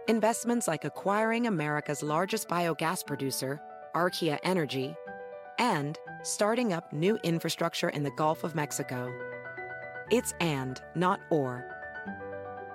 S9: Investments like acquiring America's largest biogas producer, Archaea Energy, and starting up new infrastructure in the Gulf of Mexico. It's and, not or.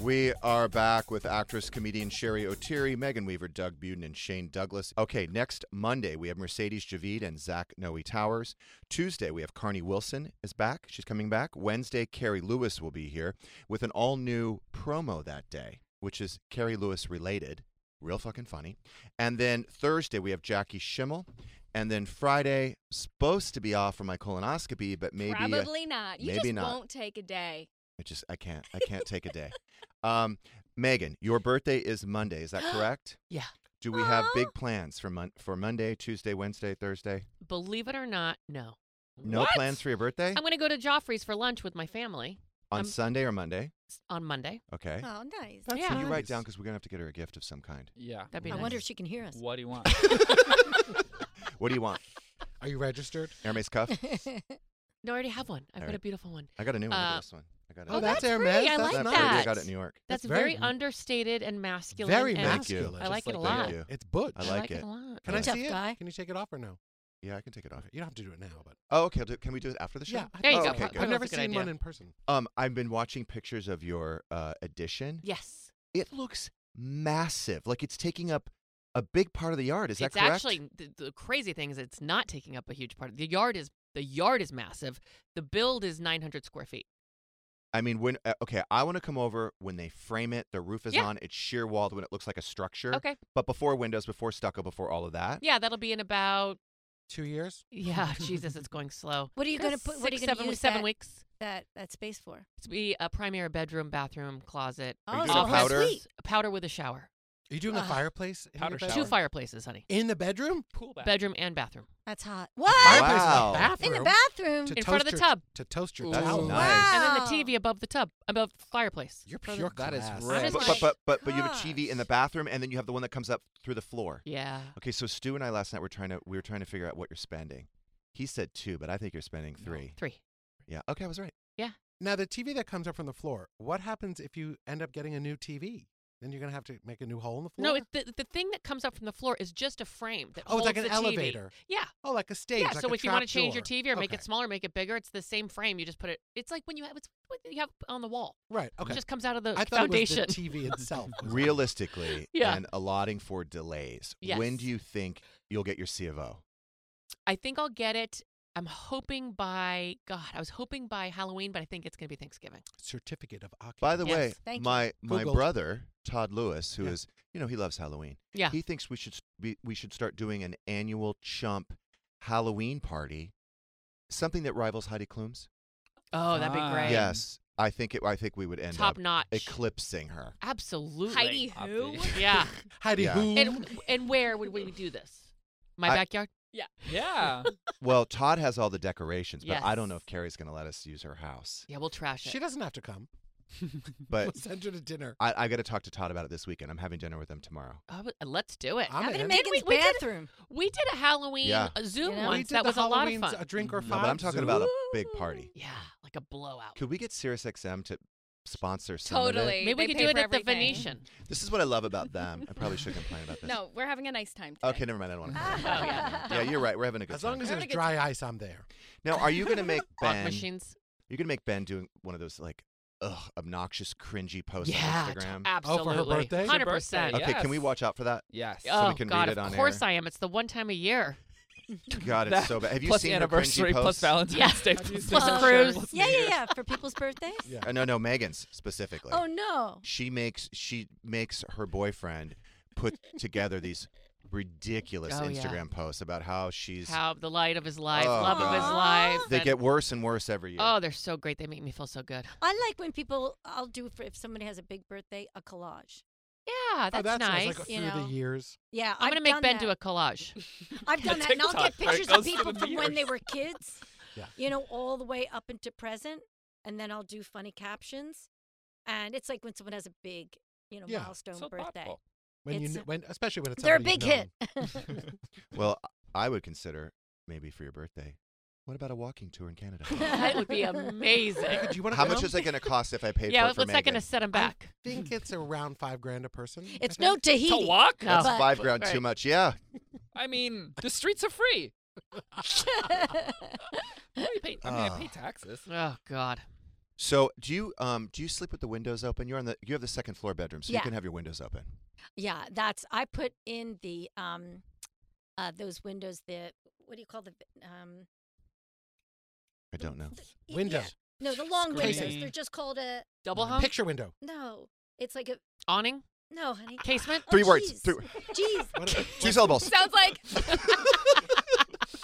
S2: We are back with actress, comedian Sherry O'Teary, Megan Weaver, Doug Buden, and Shane Douglas. Okay, next Monday we have Mercedes Javid and Zach Noe Towers. Tuesday we have Carney Wilson is back. She's coming back. Wednesday, Carrie Lewis will be here with an all new promo that day, which is Carrie Lewis related. Real fucking funny. And then Thursday we have Jackie Schimmel. And then Friday, supposed to be off for my colonoscopy, but maybe uh,
S8: Probably not. You
S2: maybe
S8: just
S2: not.
S8: won't take a day.
S2: I just I can't I can't take a day. Um, Megan, your birthday is Monday. Is that correct?
S5: Yeah.
S2: Do we have big plans for mon- for Monday, Tuesday, Wednesday, Thursday?
S5: Believe it or not, no.
S2: No
S5: What?
S2: plans for your birthday
S5: I'm going to go to Joffrey's for lunch with my family
S2: on
S5: I'm- Uh,
S2: Sunday or Monday?
S5: on Monday.
S2: Okay.
S6: Oh, nice.
S5: That's
S2: Can you write
S5: nice.
S2: down because we're gonna have to get her a gift of some kind.
S7: Yeah.
S5: That'd be
S6: I
S5: nice.
S6: wonder if she can hear us.
S7: What do you want?
S2: What do you want?
S3: Are you registered?
S2: Hermes cuff.
S5: No, I already have one. I've
S2: All
S5: got a
S2: right.
S5: beautiful one.
S2: I got a new one. I got
S5: Uh,
S2: this one. I got it.
S3: Oh, that's Hermes.
S5: pretty. I
S3: That's
S5: like
S3: not
S5: that.
S2: pretty. I got it in New York.
S5: That's,
S3: That's
S5: very,
S3: very-
S5: understated and masculine.
S3: Very
S5: and
S3: masculine.
S5: I like
S3: Just
S5: it a
S3: like that.
S5: lot.
S3: Thank you. It's butch.
S2: I
S3: I
S2: like,
S5: like it a lot.
S3: Can I
S5: Tough
S3: see it?
S5: guy.
S3: Can you take it off or no?
S2: Yeah, I can take it off.
S3: You don't have to do it now, but
S2: Oh, okay. I'll do- Can we do it after the show?
S3: yeah. I
S5: There you
S2: oh,
S5: go.
S2: Okay,
S5: Pro-
S2: good.
S3: I've
S5: Probably
S3: never
S5: a good
S3: seen
S5: idea.
S3: one in person.
S2: Um, I've been watching pictures of your uh, edition.
S5: Yes.
S2: It looks massive. Like it's taking up a big part of the yard. Is
S5: it's
S2: that correct?
S5: actually the, the crazy thing is it's not taking up a huge part. The yard is the yard is massive. The build is 900 square feet.
S2: I mean, when uh, okay, I want to come over when they frame it. The roof is
S5: Yeah.
S2: on; it's sheer walled when it looks like a structure.
S5: Okay.
S2: but before windows, before stucco, before all of that.
S5: Yeah, that'll be in about
S3: Two years.
S5: yeah. Jesus, it's going slow.
S6: What are you gonna
S5: Six,
S6: put? What are you
S5: seven
S6: gonna
S5: we-
S6: use
S5: seven
S6: that,
S5: weeks?
S6: that that space for? Oh,
S5: It's be a primary bedroom, bathroom, closet.
S6: Are you
S2: doing a
S5: office,
S2: powder?
S5: powder with a shower.
S3: Are you doing a
S6: Ugh.
S3: fireplace? in your
S6: Powder
S3: bedroom?
S5: Two fireplaces, honey.
S3: In the bedroom?
S7: Pool
S5: Bedroom and bathroom.
S6: That's hot. What?
S3: Fireplace in the bathroom.
S6: In the bathroom.
S3: To
S5: in front of the
S3: toast your-
S5: tub.
S3: to toast your
S5: Ooh.
S3: towel. That's
S5: And then the TV above the tub, above the fireplace.
S3: You're
S5: pure
S7: That is class.
S5: I
S2: But,
S5: just
S2: but,
S5: wanna-
S2: but, but, but you have a TV in the bathroom, and then you have the one that comes up through the floor.
S5: Yeah.
S2: Okay, so Stu and I last night were trying to we were trying to figure out what you're spending. He said two, but I think you're spending three.
S5: Three.
S2: Yeah. Okay, I was right.
S5: Yeah.
S3: Now the TV that comes up from the floor. What happens if you end up getting a new TV? Then you're gonna have to make a new hole in the floor.
S5: No, it, the the thing that comes up from the floor is just a frame that
S3: Oh,
S5: holds
S3: it's like an
S5: the TV.
S3: elevator.
S5: Yeah.
S3: Oh, like a stage.
S5: Yeah.
S3: like
S5: so
S3: a
S5: if you want to
S3: trap
S5: change your
S3: door.
S5: TV or make
S3: Okay.
S5: it smaller, make it bigger, it's the same frame. You just put it. It's like when you have it's what you have on the wall.
S3: Right. Okay.
S5: It just comes out of the
S3: I thought
S5: foundation.
S3: It was the TV itself. was-
S2: Realistically,
S5: Yeah.
S2: and allotting for delays. When
S5: Yes.
S2: do you think you'll get your C of O?
S5: I think I'll get it. I'm hoping by God. I was hoping by Halloween, but I think it's gonna be Thanksgiving.
S3: Certificate of occupancy.
S2: By the
S5: Yes,
S2: way,
S5: thank you.
S2: my my
S3: Googled.
S2: brother Todd Lewis, who is
S3: Yeah.
S2: you know he loves Halloween.
S5: Yeah.
S2: He thinks we should s- be, we should start doing an annual chump Halloween party, something that rivals Heidi Klum's.
S5: Oh, that'd be
S3: Ah,
S7: Ah.
S5: great.
S2: Yes, I think it. I think we would end
S5: Top
S2: up
S5: notch.
S2: eclipsing her.
S5: Absolutely.
S8: Heidi who?
S5: Yeah.
S2: Heidi Yeah. who?
S5: And and where would we do this? My
S2: I-
S5: backyard.
S8: Yeah.
S7: Yeah.
S2: Well, Todd has all the decorations, but I don't know
S5: Yes.
S2: if Carrie's going to let us use her house.
S5: Yeah, we'll trash it.
S3: She doesn't have to come.
S2: But
S3: We'll send her to dinner.
S2: I, I got to talk to Todd about it this weekend. I'm having dinner with him tomorrow.
S5: I would- Oh, let's do it.
S3: I'm Have it in in.
S6: Megan's
S5: Did we- we did-
S6: bathroom.
S5: We did a Halloween
S2: Yeah.
S5: uh, Zoom
S6: You know?
S3: We
S5: once.
S3: did
S5: That
S3: the
S5: was a lot of
S3: Halloween's
S5: fun.
S3: A drink or
S2: No,
S3: five.
S2: but I'm talking about a
S3: Zoom.
S2: big party.
S5: Yeah, like a blowout.
S2: Could we get SiriusXM to sponsor some of it?
S8: Totally.
S5: Maybe we
S8: They
S5: could
S8: pay
S5: do it
S8: for
S5: at the
S8: everything.
S5: Venetian.
S2: This is what I love about them. I probably should complain about this.
S8: No, we're having a nice time. Today.
S2: Okay, never mind. I don't want to.
S8: Oh, yeah.
S2: yeah, you're right. We're having a good
S3: As long
S2: time.
S3: as
S8: Having
S3: there's
S8: a good
S3: dry ice, I'm there.
S2: Now, are you going to make
S5: Fog
S2: Ben?
S5: machines.
S2: You're going to make Ben doing one of those like ugh, obnoxious, cringy posts
S5: Yeah,
S8: Oh,
S2: on
S5: t-
S2: Instagram.
S5: absolutely.
S3: birthday? It's her
S5: 100%.
S2: okay, can we
S7: yes.
S2: watch out for that?
S7: Yes.
S2: So we
S5: Oh,
S2: can
S5: God,
S2: read it on
S5: of course
S2: air.
S5: I am. It's the one time a year.
S2: God, it's so bad. Have you
S7: plus
S2: seen her cringy
S7: anniversary, plus
S2: posts?
S7: Valentine's
S5: Yeah.
S7: Day,
S5: Have you
S7: plus,
S5: seen Plus a
S7: New
S5: her?
S7: Year's.
S5: cruise.
S6: Yeah, yeah, yeah. For people's birthdays.
S3: Yeah.
S2: Uh, no, no, Megan's specifically.
S6: Oh no.
S2: She makes she makes her boyfriend put together these ridiculous
S5: Oh, yeah.
S2: Instagram posts about how she's.
S5: How the light of his life,
S2: Oh,
S5: love of his
S2: God.
S5: life.
S2: they
S5: and-
S2: get worse and worse every year.
S5: Oh, they're so great. They make me feel so good.
S6: I like when people. I'll do for if somebody has a big birthday, a collage.
S5: Yeah, that's,
S3: oh, that
S5: nice.
S3: sounds like a,
S6: you
S3: through
S6: know.
S3: the years.
S6: Yeah,
S5: I'm
S6: going
S5: gonna
S6: to
S5: make Ben do a collage.
S6: I've done that, and I'll
S7: TikTok
S6: get
S7: where it
S6: pictures of
S7: goes through
S6: people
S7: the
S6: from when they
S7: years.
S6: were kids.
S3: Yeah.
S6: You know, all the way up into present, and then I'll do funny captions, and it's like when someone has a big, you know,
S3: Yeah.
S6: milestone
S7: So
S6: birthday.
S7: thoughtful.
S3: When you
S6: It's-
S3: kn- when especially when it's
S6: They're a
S3: somebody
S6: big
S3: you've known.
S6: hit.
S2: Well, I would consider maybe for your birthday. What about a walking tour in Canada?
S5: that would be amazing.
S3: Do you want to
S2: How much is that going to cost if I paid
S5: yeah,
S2: for it
S5: what's
S2: for
S5: that going to
S2: Megan?
S5: set him back?
S3: I think it's around five grand a person. I
S6: It's
S3: think.
S6: no Tahiti.
S7: walk?
S6: but-
S2: That's five grand too
S7: Right.
S2: much. Yeah.
S7: I mean, the streets are free. I, pay, I mean, I
S2: Ah.
S7: pay taxes.
S5: Oh God.
S2: So do you um do you sleep with the windows open? You're on the you have the second floor bedroom, so you
S6: Yeah.
S2: can have your windows open.
S6: Yeah, that's I put in the um, uh, those windows. The what do you call the um?
S2: I don't know.
S6: y-
S3: Window.
S6: yeah. No, the long
S3: Casing.
S6: windows. They're just called a
S5: Double hung
S3: Picture window.
S6: no. It's like a
S5: awning.
S6: no, honey.
S5: Casement?
S2: Three words,
S6: Oh, jeez.
S2: three-
S6: Jeez.
S3: What a-
S2: Two syllables.
S8: Sounds like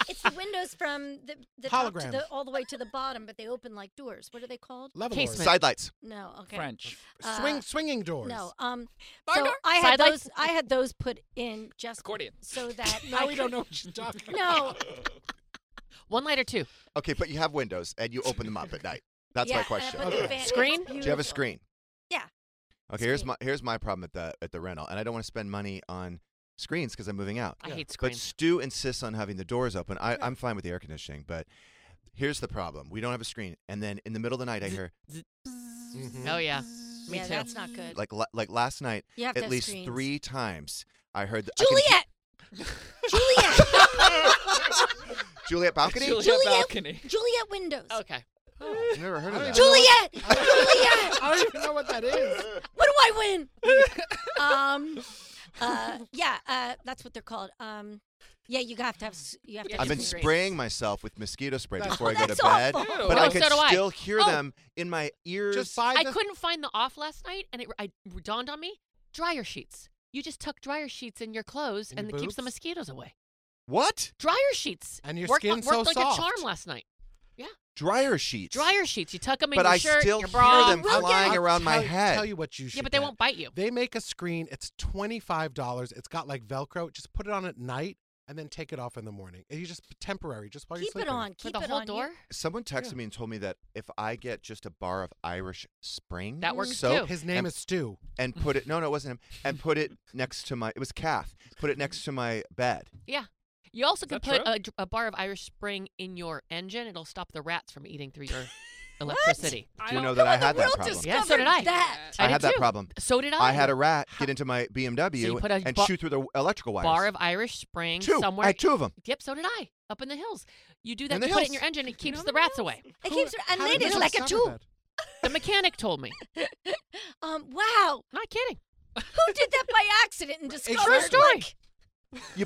S6: It's the windows from the, the top to
S3: Hologram.
S6: the all the way to the bottom, but they open like doors. What are they called?
S3: Level
S5: Casement.
S3: Casement.
S2: Sidelights.
S6: No, okay.
S7: French.
S6: Uh,
S3: Swing swinging doors.
S6: No, um,
S8: Bar
S6: so
S8: door?
S6: I had
S5: Side light?
S6: those. I had those put in just
S7: Accordion.
S6: so that
S3: Now
S6: I
S3: we
S6: could-
S3: don't know what she's talking about.
S6: No,
S5: One light or two.
S2: Okay, but you have windows and you open them up at night. That's
S6: yeah,
S2: my
S6: and I
S2: question.
S6: put the
S3: Okay.
S6: fan- it's
S5: Screen?
S2: Do you have
S6: beautiful.
S2: a screen?
S6: Yeah.
S2: Okay, here's
S6: Screen.
S2: my here's my problem at the at the rental, and I don't want to spend money on screens because I'm moving out.
S5: I hate
S2: But
S5: screens.
S2: Stu insists on having the doors open. I, I'm fine with the air conditioning, but here's the problem: we don't have a screen. And then in the middle of the night, I hear
S3: Mhm.
S5: Oh yeah. Me
S6: yeah,
S5: too.
S6: that's not good.
S2: like la- like last night,
S6: You have to
S2: at
S6: have
S2: least
S6: screens.
S2: three times, I heard th- I can-
S6: Juliet. Juliet.
S2: Juliet balcony.
S7: Juliet
S6: Juliet.
S7: balcony.
S6: Juliet windows.
S5: Okay.
S2: I've never heard of that.
S6: Juliet.
S3: I
S6: Juliet.
S3: don't even know what that is.
S6: What do I win? um, uh, yeah, uh, that's what they're called. Um, yeah, you have to have. s- You have to.
S5: Yeah,
S6: have
S2: I've been
S6: screens.
S5: Great.
S2: spraying myself with mosquito spray
S3: That's-
S2: before I
S6: Oh,
S2: go to
S6: that's
S2: bed,
S6: awful.
S2: but I
S5: Oh,
S2: could
S5: so do I.
S2: still hear
S5: Oh.
S2: them in my ears.
S3: Just buy
S5: I
S3: the-
S5: couldn't find the off last night, and it, I, it dawned on me: dryer sheets. You just tuck dryer sheets in your clothes,
S3: In your
S5: and it keeps the
S3: boobs?
S5: mosquitoes away.
S2: what?
S5: Dryer sheets.
S3: And your
S5: worked,
S3: skin's
S5: worked
S3: so
S5: like a charm
S3: soft.
S5: last night. Yeah.
S2: Dryer sheets.
S5: Dryer sheets. You tuck them in
S2: But
S5: your
S2: I
S5: shirt,
S2: still
S5: your
S2: hear
S5: bra.
S2: them We'll flying
S3: I'll
S2: around my
S3: tell-
S2: head.
S3: Tell you what you should.
S5: Yeah, but they
S3: get.
S5: won't bite you.
S3: They make a screen. It's twenty five dollars. It's got like Velcro. Just put it on at night and then take it off in the morning. And you just temporary, just while you're
S6: Keep it
S3: sleeping.
S6: on. Keep
S5: the
S6: it
S5: whole
S6: on.
S5: door?
S6: You,
S2: Someone texted me and told me that if I get just a bar of Irish Spring,
S5: That works
S2: soap,
S5: too.
S3: His name
S2: and-
S3: is Stu.
S2: and put it. No, no, it wasn't him. And put it next to my. It was Kath. Put it next to my bed.
S5: Yeah. You also can
S7: that
S5: put
S7: true?
S5: a, dr- a bar of Irish Spring in your engine. It'll stop the rats from eating through your electricity.
S2: Do you know that I had that problem?
S5: Yeah, so did I.
S6: that.
S2: I
S5: did
S2: had that
S5: too.
S2: problem.
S5: So did I.
S2: I had a rat get into my BMW
S5: So you put a
S2: and
S5: bar-
S2: shoot through the electrical wires.
S5: bar of Irish Spring
S2: Two. I
S5: somewhere.
S2: had two of 'em.
S5: Yep, so did I. Up in the hills. You do that,
S2: In
S5: you
S2: the
S5: put it in
S2: hills.
S5: your engine, it keeps the rats away.
S6: It keeps and
S3: How did
S6: ladies
S3: you
S6: like it
S3: discover
S6: too.
S3: that?
S5: The mechanic told me.
S6: Um, wow.
S5: Not kidding.
S6: Who did that by accident and discovered?
S5: True story.
S6: Like,
S2: you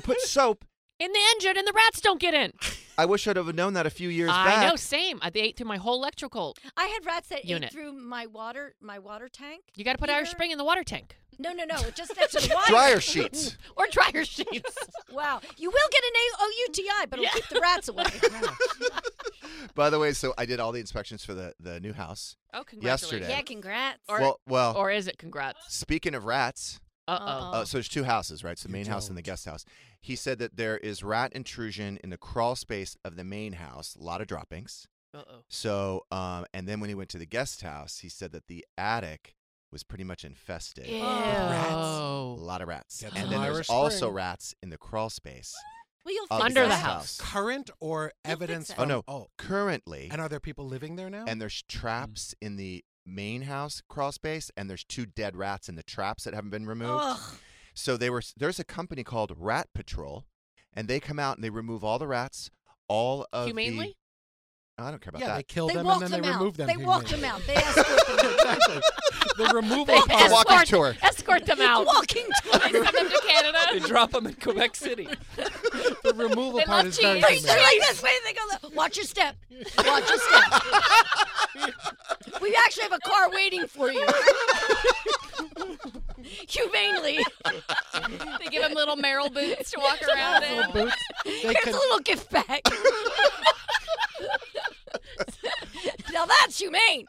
S2: put soap.
S5: In the engine, and the rats don't get in.
S2: I wish I'd have known that a few years back.
S5: I know, same. I- They ate through my whole electrical.
S6: I had rats that
S5: Unit.
S6: ate through my water, my water tank.
S5: You got to put Irish
S6: Here.
S5: Spring in the water tank
S6: No, no, no. Just next to the water.
S2: Dryer sheets.
S5: or dryer sheets.
S6: Wow. You will get an A O U T I, but it'll keep the rats away.
S2: By the way, so I did all the inspections for the, the new house.
S5: Oh,
S2: Yesterday.
S6: yeah, congrats.
S5: Or,
S2: well, well.
S5: or is it congrats?
S2: Speaking of rats,
S5: Uh oh.
S2: uh, so there's two houses, right? So the main house and the guest house. He said that there is rat intrusion in the crawl space of the main house. A lot of droppings.
S5: Uh oh.
S2: So, um, and then when he went to the guest house, he said that the attic was pretty much infested.
S5: Ew.
S2: A lot of rats.
S3: Get
S2: and
S3: some
S2: then there's
S3: Irish
S2: also
S3: spring.
S2: rats in the crawl space.
S6: Well, you'll
S2: of
S6: fix
S5: Under the
S6: that.
S5: house.
S2: guest
S3: Current or evidence?
S2: Oh
S3: From,
S2: no!
S3: Oh,
S2: Currently,
S3: and are there people living there now?
S2: and there's traps in the main house crawl space, and there's two dead rats in the traps that haven't been removed.
S6: Ugh.
S2: So they were there's a company called Rat Patrol, and they come out and they remove all the rats, all of
S5: Humanely?
S2: the. I don't care about
S3: yeah,
S2: that.
S3: they kill
S6: They
S3: them
S6: walk
S3: and then
S6: them
S3: they
S6: out.
S3: remove them.
S6: They
S3: Who
S6: walk
S3: knew?
S6: them out. They escort them out.
S3: exactly. The removal
S5: They
S3: part.
S2: walking
S5: escort-
S2: tour.
S5: Escort them
S6: A
S5: out.
S6: walking tour.
S5: Send them to
S7: They
S5: Canada.
S7: drop them in Quebec City.
S3: The removal
S5: They
S3: part
S5: love
S3: is very
S5: cheese.
S6: They're
S3: humane.
S6: like this way. They go. that- Watch your step. Watch your step. we actually have a car waiting for you. Humanely,
S8: They give him little Merrill boots to walk around in.
S3: Little boots. They
S6: here's
S3: could-
S6: a little gift bag. now that's humane.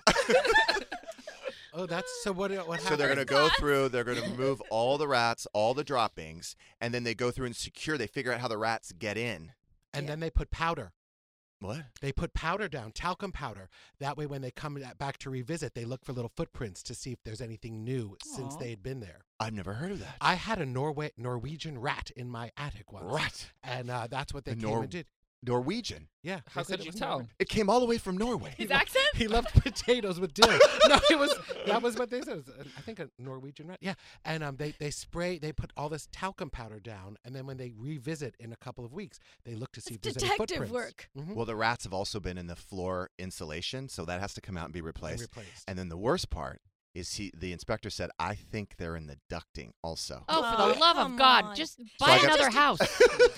S3: oh, that's so. What? What
S2: So they're
S3: happened?
S2: gonna go through. They're gonna remove all the rats, all the droppings, and then they go through and secure. They figure out how the rats get in.
S3: and then they put powder.
S2: What?
S3: They put powder down, talcum powder. That way, when they come a- back to revisit, they look for little footprints to see if there's anything new since they had been there.
S2: I've never heard of that.
S3: I had a Norway Norwegian rat in my attic once.
S2: Rat?
S3: and uh, that's what they
S2: A
S3: came
S2: Nor-
S3: and did.
S2: Norwegian.
S3: Yeah,
S7: How
S3: they said
S7: could
S3: it
S7: you
S3: was
S7: tell?
S3: Norway.
S2: It came all the way from Norway.
S8: His accent?
S3: He loved potatoes with dill. no, it was that was what they said. It was, uh, I think a Norwegian rat. Yeah, and um, they they spray. They put all this talcum powder down, and then when they revisit in a couple of weeks, they look to see if there's any
S6: Detective
S3: footprints.
S6: work.
S3: Mhm.
S2: Well, the rats have also been in the floor insulation, so that has to come out and be replaced.
S3: replaced.
S2: And then the worst part is he, the inspector said, I think they're in the ducting also.
S5: Oh, for
S6: Oh,
S5: the love of
S6: come
S5: God,
S6: on.
S5: just
S2: So
S5: buy
S2: I got-
S5: another house.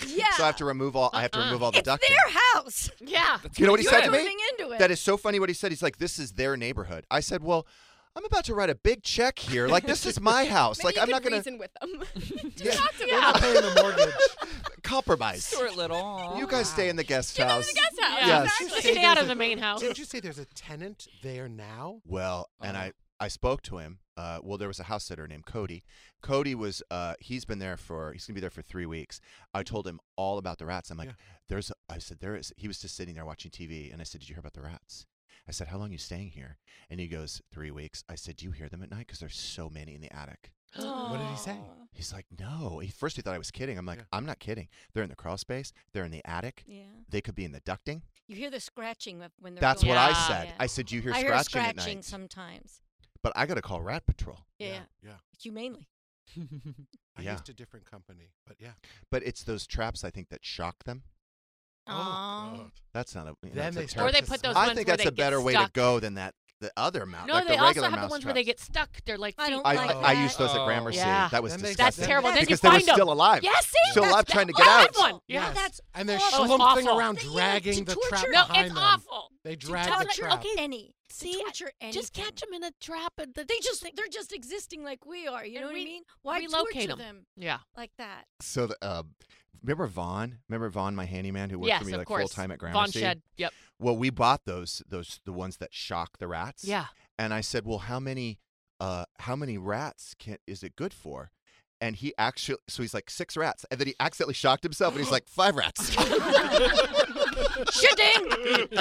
S6: Yeah.
S2: So I have to remove all. I have to
S5: Uh-uh.
S2: remove all the
S6: it's
S2: ducting.
S6: their house.
S5: yeah.
S2: you know what he
S6: You're
S2: said to me?
S6: moving into it.
S2: That is so funny. What he said. He's like, "This is their neighborhood." I said, "Well, I'm about to write a big check here. Like, this is my house.
S8: Maybe
S2: like,
S8: you
S2: I'm
S8: could
S2: not gonna
S8: reason with them.
S2: Yeah.
S8: Talk to
S3: They're not
S8: them.
S3: paying the mortgage.
S2: compromise.
S7: Stuart Little.
S2: You guys stay in the guest house."
S8: That's how.
S5: Yeah.
S2: Yes.
S8: Exactly.
S3: Say
S5: Stay out
S3: there's
S5: of
S3: a-
S5: the main house.
S3: Did you say there's a tenant there now?
S2: Well, and
S6: Uh-huh.
S2: I I spoke to him. Uh, well, there was a house sitter named Cody. Cody was uh, he's been there for he's gonna be there for three weeks. I
S6: Mm-hmm.
S2: told him all about the rats. I'm like,
S3: Yeah.
S2: there's a, I said there is. He was just sitting there watching TV, and I said, did you hear about the rats? I said, how long you staying here? And he goes, three weeks. I said, do you hear them at night? Because there's so many in the attic.
S6: Oh.
S3: What did he say?
S2: He's like, no. He, first he thought I was kidding. I'm like,
S3: Yeah.
S2: I'm not kidding. They're in the crawl space. They're in the attic.
S6: Yeah.
S2: They could be in the ducting.
S6: You hear the scratching of when they're
S2: That's
S6: going
S2: what I
S5: Yeah.
S6: out.
S2: said.
S6: Yeah.
S2: I said, you hear
S6: I
S2: scratching,
S6: hear scratching
S2: at night.
S6: sometimes.
S2: but I gotta call Rat Patrol.
S6: Yeah.
S3: yeah.
S6: yeah.
S3: yeah.
S6: Humanely.
S3: I
S2: Yeah.
S3: used a different company, but yeah.
S2: But it's those traps I think that shock them.
S6: Aw.
S3: Oh, God.
S2: That's not a.
S3: Then
S2: that's a
S3: they
S2: terrible-
S5: Or they
S3: to
S5: put
S3: sleep.
S5: those
S2: I
S5: ones
S2: think
S5: where
S2: that's
S5: they
S2: a better
S5: get
S2: way
S5: stuck.
S2: to go than that the other mouse.
S5: No,
S2: like
S5: they
S2: the
S5: also
S2: regular
S5: have the
S2: mouse
S5: ones where they get
S2: traps.
S5: stuck. They're like,
S6: I
S5: the-
S6: don't
S2: I,
S6: like
S2: I, I
S6: that.
S2: used those at
S7: Oh.
S2: Gramercy.
S5: Yeah.
S2: That was
S3: Then they-
S2: disgusting.
S5: that's
S3: Then-
S5: terrible. Then
S2: because
S5: you
S2: they were
S5: find them.
S2: still alive.
S5: Yeah, see?
S2: Still
S6: That's
S2: alive
S6: the-
S2: trying to
S6: oh,
S2: get
S6: I
S2: out.
S6: have one. Yeah,
S3: Yes.
S6: that's
S3: and they're
S6: awful.
S5: Oh, it's
S3: schlumping
S5: awful.
S3: around,
S6: That you-
S3: dragging
S6: to
S3: the
S6: torture
S3: trap
S6: them.
S5: No,
S3: behind
S5: it's
S3: them.
S5: awful.
S3: They
S6: To
S3: drag the
S6: torture-
S3: trap.
S6: Okay, any. to
S5: See, I-
S6: torture
S5: just
S6: anything.
S5: catch them in a trap. And the,
S6: They just they're just existing like we are. You
S5: And
S6: know what I
S5: re-
S6: mean? Why
S5: relocate
S6: torture
S5: 'em. Yeah.
S6: like that?
S2: So the, um, Remember Vaughn? Remember Vaughn, my handyman who worked
S5: Yes,
S2: for me
S5: of
S2: like
S5: course.
S2: full time at
S5: Vaughn
S2: Gramercy?
S5: Shed, yep.
S2: Well, we bought those those the ones that shock the rats.
S5: Yeah.
S2: And I said, "Well, how many uh how many rats can is it good for?" And he actually so he's like six rats. And then he accidentally shocked himself and he's like five rats.
S6: Shitting!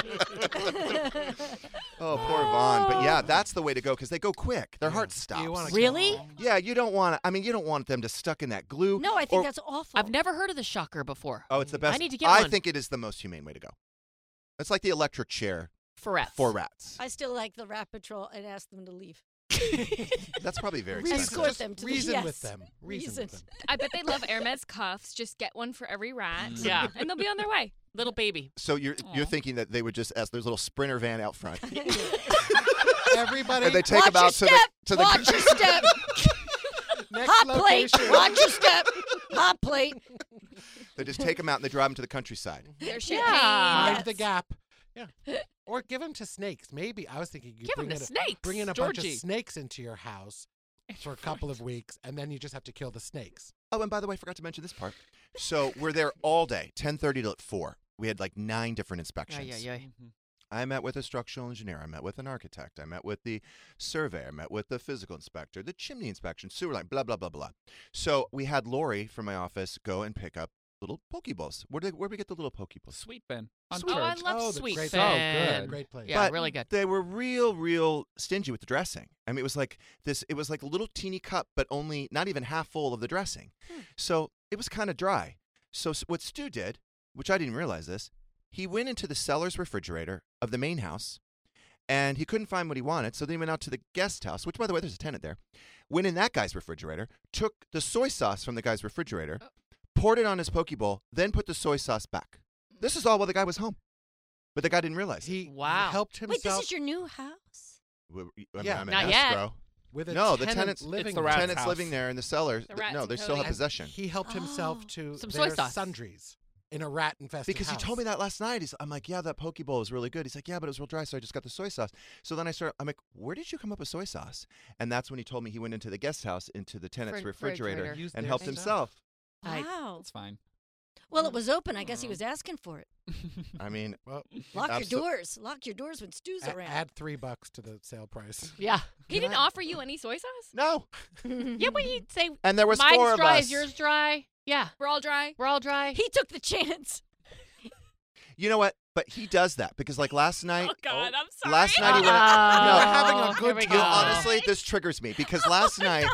S2: Oh, poor Vaughn. But
S5: Oh.
S2: yeah, that's the way to go because they go quick. Their heart stops.
S5: Really?
S2: Yeah, you don't want. I mean, you don't want them to stuck in that glue.
S5: No, I think
S2: or-
S5: that's awful. I've never heard of the shocker before.
S2: Oh, it's the best.
S5: I need to get
S2: I
S5: one.
S2: think it is the most humane way to go. It's like the electric chair
S5: for rats.
S2: for rats.
S6: I still like the rat patrol and ask them to leave.
S2: That's probably very
S6: Reason.
S2: expensive.
S6: Escort them to the-
S3: reason
S6: yes.
S3: with them. Reason, with them.
S8: I bet they love Hermes cuffs. Just get one for every rat.
S2: Mm. Yeah.
S8: And they'll be on their way.
S5: Little baby.
S2: So you're you're thinking that they would just ask there's a little sprinter van out front,
S3: Everybody,
S2: and they take them out to the to the
S6: Watch your step.
S3: Next
S6: Hot plate.
S3: location.
S6: Watch your step. Hot plate.
S2: they just take them out and they drive them to the countryside.
S6: They're
S3: Mind
S6: Yes.
S3: the gap. Yeah. Or give them to snakes. Maybe I was thinking you
S5: Give 'em
S3: bring
S5: to
S3: in a,
S5: snakes,
S3: Bring in a bunch
S5: Georgie.
S3: of snakes into your house for a couple of weeks, and then you just have to kill the snakes.
S2: Oh, and by the way, I forgot to mention this part. So we're there all day, 10:30 to 4. We had like nine different inspections.
S5: Ay, ay, ay.
S2: I met with a structural engineer. I met with an architect. I met with the surveyor. I met with the physical inspector, the chimney inspection, sewer line, blah blah blah blah. So we had Lori from my office go and pick up little pokeballs. Where did where we get the little pokeballs?
S7: Sweet Ben. on
S5: Oh, I
S7: Church.
S5: love
S3: Oh, the
S5: sweet
S3: great
S5: fan.
S3: place. Oh, good. Great place.
S5: Yeah,
S2: But
S5: really good.
S2: They were real, real stingy with the dressing. I mean, it was like this. It was like a little teeny cup, but only not even half full of the dressing.
S5: Hmm.
S2: So it was kind of dry. So s- what Stu did, which I didn't realize this, he went into the cellar's refrigerator of the main house, and he couldn't find what he wanted. So then he went out to the guest house, which by the way, there's a tenant there. Went in that guy's refrigerator, took the soy sauce from the guy's refrigerator,
S5: Oh.
S2: poured it on his poke bowl, then put the soy sauce back. This is all while the guy was home. But the guy didn't realize.
S3: He
S5: Wow.
S3: helped
S6: Wait,
S3: himself.
S6: this is your new house?
S2: Well, y- I mean,
S3: Yeah.
S2: I'm an
S5: Not yet.
S2: escrow.
S3: With a
S2: no, the
S3: tenant
S2: tenants
S3: living
S2: living
S3: It's the there. rat's
S2: tenants
S3: house.
S2: living there in the cellar. th-
S8: rat's
S2: no,
S8: and
S2: they still have
S8: toadies.
S2: possession.
S3: He helped himself to
S5: Some soy
S3: their
S5: sauce.
S3: sundries in a rat infested
S2: because he told me that last night. He's, I'm like, yeah, that poke bowl is really good. He's like, yeah, but it was real dry, so I just got the soy sauce. So then I start. I'm like, where did you come up with soy sauce? And that's when he told me he went into the guest house, into the tenant's
S5: Fri-
S2: refrigerator,
S5: refrigerator. Used
S2: and
S3: their
S2: helped
S3: stuff.
S2: himself.
S5: I-
S6: Wow.
S7: It's fine.
S6: Well, it was open. I guess he was asking for it.
S2: I mean,
S3: Well,
S6: Lock
S2: abso-
S6: your doors. Lock your doors when Stu's
S3: a-
S6: around.
S3: add three bucks to the sale price.
S5: Yeah.
S8: He didn't offer you any soy sauce?
S2: No,
S5: Yeah, but he'd say
S2: and there was
S5: mine's
S2: four
S5: dry,
S2: of
S5: is
S2: us.
S5: yours dry? Yeah.
S8: We're all dry.
S5: We're all dry.
S6: He took the chance.
S2: You know what? But he does that because, like last night,
S8: Oh, God, I'm sorry.
S2: last night he went.
S5: Uh-oh.
S2: no,
S5: We're having a Oh, Here good we
S2: You
S5: go.
S2: know, honestly, this triggers me because last night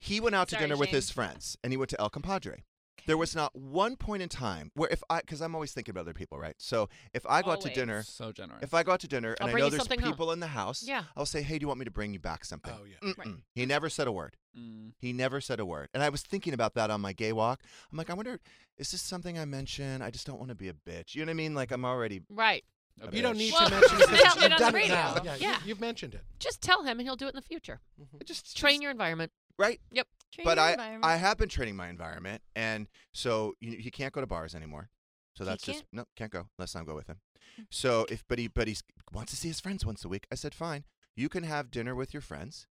S2: he went out to
S8: Oh, Sorry,
S2: dinner with
S8: Shane.
S2: his friends and he went to El Compadre. There was not one point in time where if I, because I'm always thinking about other people, right? So if I go out to
S8: Always.
S2: dinner,
S7: So generous.
S2: if I go out to dinner
S5: I'll
S2: and I
S5: bring
S2: know
S5: you
S2: there's
S5: something home.
S2: people in the house,
S5: Yeah.
S2: I'll say, hey, do you want me to bring you back something?
S3: Oh, yeah.
S8: Right.
S2: Mm-mm. Mm, He never said a word.
S7: Mm.
S2: He never said a word. And I was thinking about that on my gay walk. I'm like, I wonder, is this something I mention? I just don't want to be a bitch. You know what I mean? Like, I'm already.
S5: Right.
S2: Mm,
S7: A
S3: You don't
S7: bitch.
S3: need
S5: Well,
S3: to mention it.
S5: you mentioned it
S3: You've
S5: on the
S3: done
S5: radio.
S3: now. Yeah,
S5: Yeah.
S3: You, you've mentioned it.
S5: Just tell him and he'll do it in the future.
S2: Just
S5: Train your environment.
S2: Right?
S5: Yep.
S6: Train
S2: but
S6: your
S2: I,
S6: environment.
S2: I have been training my environment, and so you, he can't go to bars anymore. So
S6: He
S2: that's just
S6: can't? Mm.
S2: no, can't go. Let's not go with him. So if but he but he wants to see his friends once a week. I said fine. You can have dinner with your friends,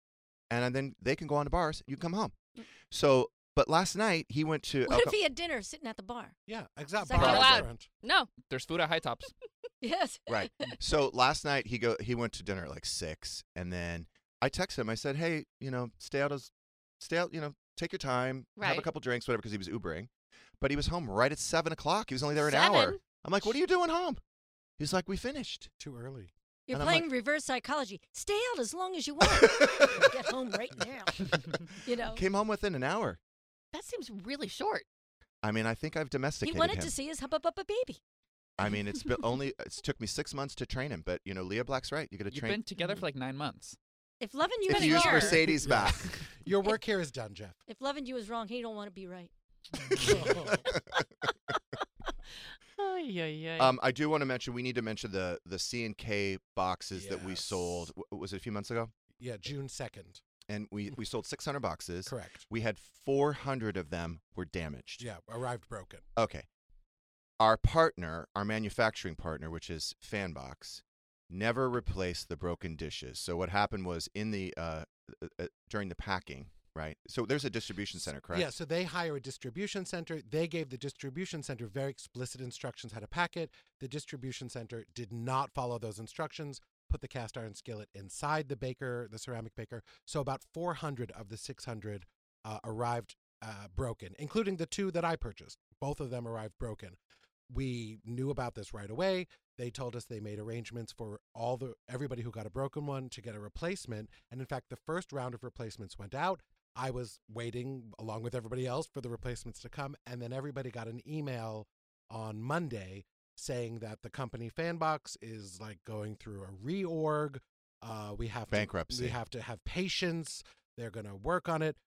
S2: and then they can go on to bars. You can come home. So but last night he went to. El
S6: Mm. What if
S2: Com-
S6: he had dinner sitting at the bar?
S3: Yeah, exactly.
S6: that
S7: not allowed?
S8: No.
S7: There's food at High Tops.
S6: Yes.
S2: Right. So last night he go he went to dinner at like six, and then I texted him. I said, "Hey, you know, stay out of, stay out. You know, take your time, have a
S5: Right.
S2: couple drinks, whatever." Because he was Ubering, but he was home right at seven o'clock. He was only there an hour.
S5: Seven?
S2: I'm like, "What are you doing home?" He's like, "We finished."
S3: Too early.
S6: You're
S2: And I'm
S6: playing
S2: like-
S6: reverse psychology. Stay out as long as you want. Get home right now. You know.
S2: Came home within an hour.
S5: That seems really short.
S2: I mean, I think I've
S6: He
S2: domesticated
S6: wanted
S2: him.
S6: to see his hubba bubba baby.
S2: I mean, it's been only it's took me six months to train him, but you know, Leah Black's right. You got to
S7: You've
S2: train.
S7: been together for like nine months.
S6: If loving you
S2: if
S6: is
S2: you use
S6: wrong,
S2: Mercedes back,
S3: Your work here is done, Jeff.
S6: if loving you is wrong, he don't want to be right.
S5: Ay, ay, ay.
S2: Um, I do want to mention we need to mention the the C and K boxes that we
S3: Yes.
S2: sold. w- Was it a few months ago?
S3: Yeah, June 2nd.
S2: And we we sold 600 boxes.
S3: Correct.
S2: We had 400 of them were damaged.
S3: Yeah, arrived broken.
S2: Okay. Our partner, our manufacturing partner, which is Fanbox, never replaced the broken dishes. So what happened was in the uh, uh, uh, during the packing, right? So there's a distribution center, correct?
S3: Yeah, so they hire a distribution center. They gave the distribution center very explicit instructions how to pack it. The distribution center did not follow those instructions, put the cast iron skillet inside the baker, the ceramic baker. So about 400 of the 600 uh, arrived uh, broken, including the two that I purchased. Both of them arrived broken. We knew about this right away. They told us they made arrangements for all the everybody who got a broken one to get a replacement. And in fact, the first round of replacements went out. I was waiting along with everybody else for the replacements to come, and then everybody got an email on Monday saying that the company Fanbox is like going through a reorg. Uh, we have
S2: Bankruptcy.
S3: To, we have to have patience. They're going to work on it.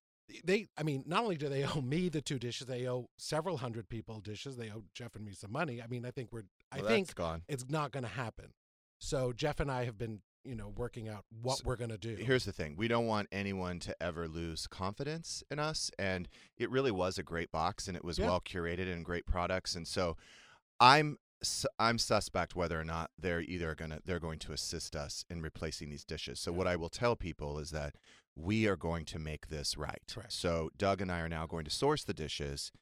S3: They, I mean, not only do they owe me the two dishes, they owe several hundred people dishes. They owe Jeff and me some money. I mean, I think we're, I
S2: Well,
S3: think
S2: that's gone.
S3: it's not going to happen. So Jeff and I have been, you know, working out what
S2: So
S3: we're going to do.
S2: Here's the thing: we don't want anyone to ever lose confidence in us, and it really was a great box, and it was
S3: Yeah.
S2: well curated and great products, and so I'm su- I'm suspect whether or not they're either gonna they're going to assist us in replacing these dishes. So what I will tell people is that we are going to make this right. So Doug and I are now going to source the dishes,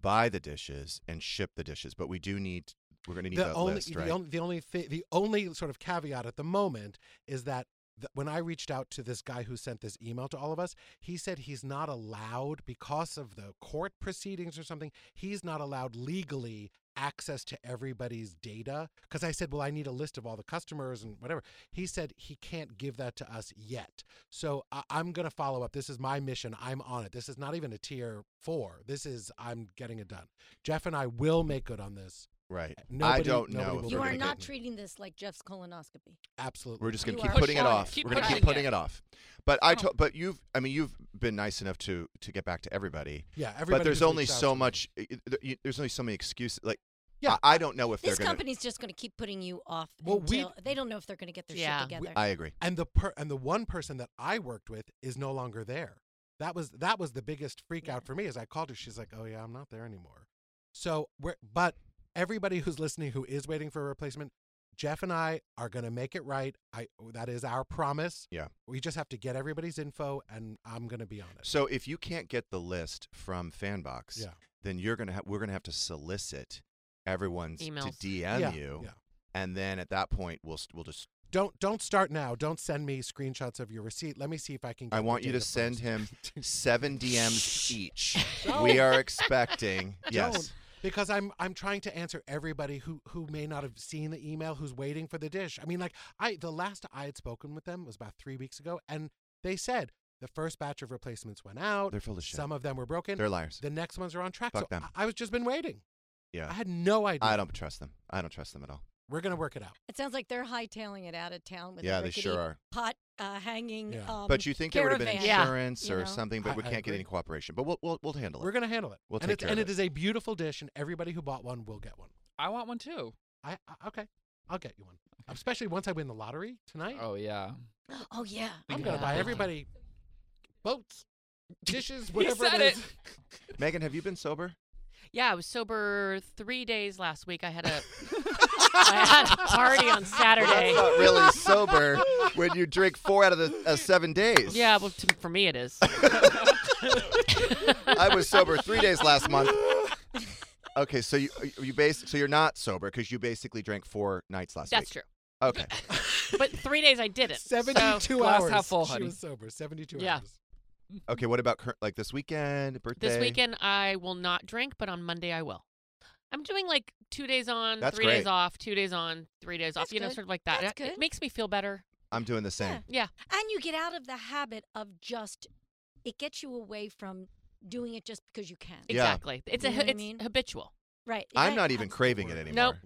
S2: buy the dishes, and ship the dishes, but we do need we're going to need that
S3: only,
S2: list, right?
S3: The only, the only, thi- the only sort of caveat at the moment is that th- when I reached out to this guy who sent this email to all of us, he said he's not allowed because of the court proceedings or something. He's not allowed legally access to everybody's data because I said, "Well, I need a list of all the customers and whatever." He said he can't give that to us yet. So I- I'm going to follow up. This is my mission. I'm on it. This is not even a tier 4. This is I'm getting it done. Jeff and I will make good on this.
S2: Right.
S3: Nobody-
S2: I don't
S3: nobody
S2: know.
S3: will be
S2: if we're
S6: You
S2: gonna
S6: are
S2: get-
S6: not treating this like Jeff's colonoscopy.
S3: Absolutely.
S2: We're just going
S6: You
S2: to
S6: are
S2: keep putting it
S6: pushing it.
S2: off.
S6: Keep
S2: We're going to keep
S6: pushing
S2: putting
S6: it.
S2: it off. But I to, but you've I mean you've been nice enough to to get back to everybody.
S3: Yeah,
S2: But
S3: everybody
S2: there's
S3: who's
S2: only
S3: reached out
S2: so
S3: to me.
S2: much. i- i- there- you- There's only so many excuses. Like
S3: Yeah.
S2: I, I don't know if
S6: This
S2: they're going to.
S6: company's just going to keep putting you off
S3: Well, we-
S6: until they don't know if they're going to get their
S5: Yeah.
S6: shit together.
S2: I agree.
S3: And the per- and the one person that I worked with is no longer there. That was that was the biggest freak out for me. As I called her, she's like, "Oh yeah, I'm not there anymore." So we're but everybody who's listening who is waiting for a replacement, Jeff and I are gonna make it right. I that is our promise.
S2: Yeah.
S3: We just have to get everybody's info, and I'm gonna be on it.
S2: So if you can't get the list from Fanbox,
S3: Yeah.
S2: then you're going to ha- we're going to have to solicit everyone's
S3: Emails.
S2: to DM
S3: Yeah,
S2: you,
S3: yeah.
S2: and then at that point we'll st- we'll just.
S3: Don't don't start now. Don't send me screenshots of your receipt. Let me see if I can. Get
S2: I
S3: the
S2: want you to
S3: data
S2: send
S3: first.
S2: him seven DMs each.
S3: Don't.
S2: we are expecting yes.
S3: Don't, because I'm I'm trying to answer everybody who who may not have seen the email who's waiting for the dish. I mean, like I the last I had spoken with them was about three weeks ago, and they said the first batch of replacements went out.
S2: They're full of shit.
S3: Some of them were broken.
S2: They're liars.
S3: The next ones are on track.
S2: Fuck
S3: so
S2: them.
S3: I, I was just been waiting.
S2: Yeah.
S3: I had no idea.
S2: I don't trust them. I don't trust them at all.
S3: We're gonna work it out.
S6: It sounds like they're hightailing it out of town with
S2: Yeah,
S6: the
S2: they
S6: rickety
S2: sure are.
S6: pot uh, hanging.
S2: Yeah.
S6: Um,
S2: but you think there would have been
S6: caravan,
S2: insurance
S6: you
S2: or
S6: know?
S2: something, but
S3: I-
S2: we
S3: I
S2: can't get
S3: agree.
S2: any cooperation. But we'll we'll, we'll handle it.
S3: We're gonna handle it.
S2: We'll
S3: and
S2: take
S3: it's,
S2: care
S3: and
S2: of
S3: it is a beautiful dish, and everybody who bought one will get one.
S7: I want one too.
S3: I, I okay. I'll get you one, especially once I win the lottery tonight.
S7: Oh yeah.
S6: Oh yeah.
S3: I'm gonna
S7: Yeah.
S3: buy everybody boats, dishes,
S7: He
S3: whatever
S7: said
S3: it is.
S7: it.
S2: Megan, have you been sober?
S5: Yeah, I was sober three days last week. I had a I had a party on Saturday.
S2: That's not really sober when you drink four out of the uh, seven days.
S5: Yeah, well, t- for me it is.
S2: I was sober three days last month. Okay, so you uh, you base so you're not sober because you basically drank four nights last
S5: That's true.
S2: week. Okay,
S5: But three days I did it.
S3: Seventy-two
S5: so,
S3: hours.
S7: half full,
S3: she
S7: honey.
S3: was sober. Seventy-two
S5: Yeah.
S3: hours.
S2: okay. What about cur- like this weekend, birthday?
S5: This weekend I will not drink, but on Monday I will. I'm doing like two days on,
S2: That's
S5: three days
S2: great.
S5: off, two days on, three days off.
S6: That's
S5: you know,
S6: good.
S5: sort of like that.
S6: That's
S5: It- It
S6: good.
S5: makes me feel better.
S2: I'm doing the same.
S5: Yeah.
S6: And you get out of the habit of just it gets you away from doing it just because you can.
S2: Yeah.
S5: Exactly. It's a
S6: You know what I
S5: it's
S6: mean?
S5: habitual.
S6: Right.
S2: I'm
S6: yeah,
S2: not even
S6: abs-
S2: craving it anymore.
S5: Nope.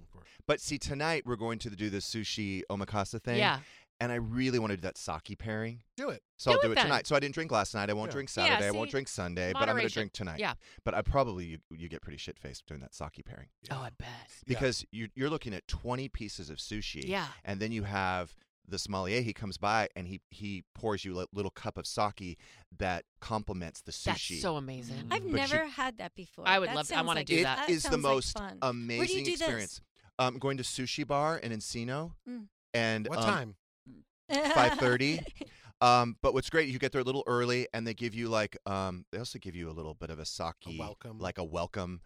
S2: But see, tonight we're going to do the sushi omakase thing.
S5: Yeah.
S2: And I really want to do that sake pairing.
S3: Do it.
S2: So
S5: Do
S2: I'll
S5: it
S2: do it
S5: then.
S2: tonight. So I didn't drink last night. I won't
S3: Yeah.
S2: drink
S5: Yeah,
S2: Saturday. I won't
S5: see,
S2: drink Sunday. But I'm going to
S5: moderation.
S2: drink tonight.
S5: Yeah.
S2: But I probably you, you get pretty shit faced doing that sake pairing
S5: Oh, I bet.
S3: Yeah.
S2: because you, you're looking at 20 pieces of sushi.
S5: Yeah.
S2: And then you have the sommelier. He comes by and he he pours you a little cup of sake that complements the sushi.
S5: That's so
S7: Mm.
S5: amazing.
S6: I've
S2: But you-
S6: never had that before.
S5: I would
S6: That
S5: love- I
S6: sounds
S5: wanna
S6: like-
S5: do that.
S2: It is the
S6: sounds like
S2: most
S6: fun.
S2: amazing
S6: Where do you do
S2: experience. I'm going to sushi bar in Encino,
S6: This? Mm.
S2: and
S3: What
S2: um,
S3: time?
S2: Five thirty. Um, but what's great, you get there a little early, and they give you like um, they also give you a little bit of a sake,
S3: welcome.
S2: like a welcome,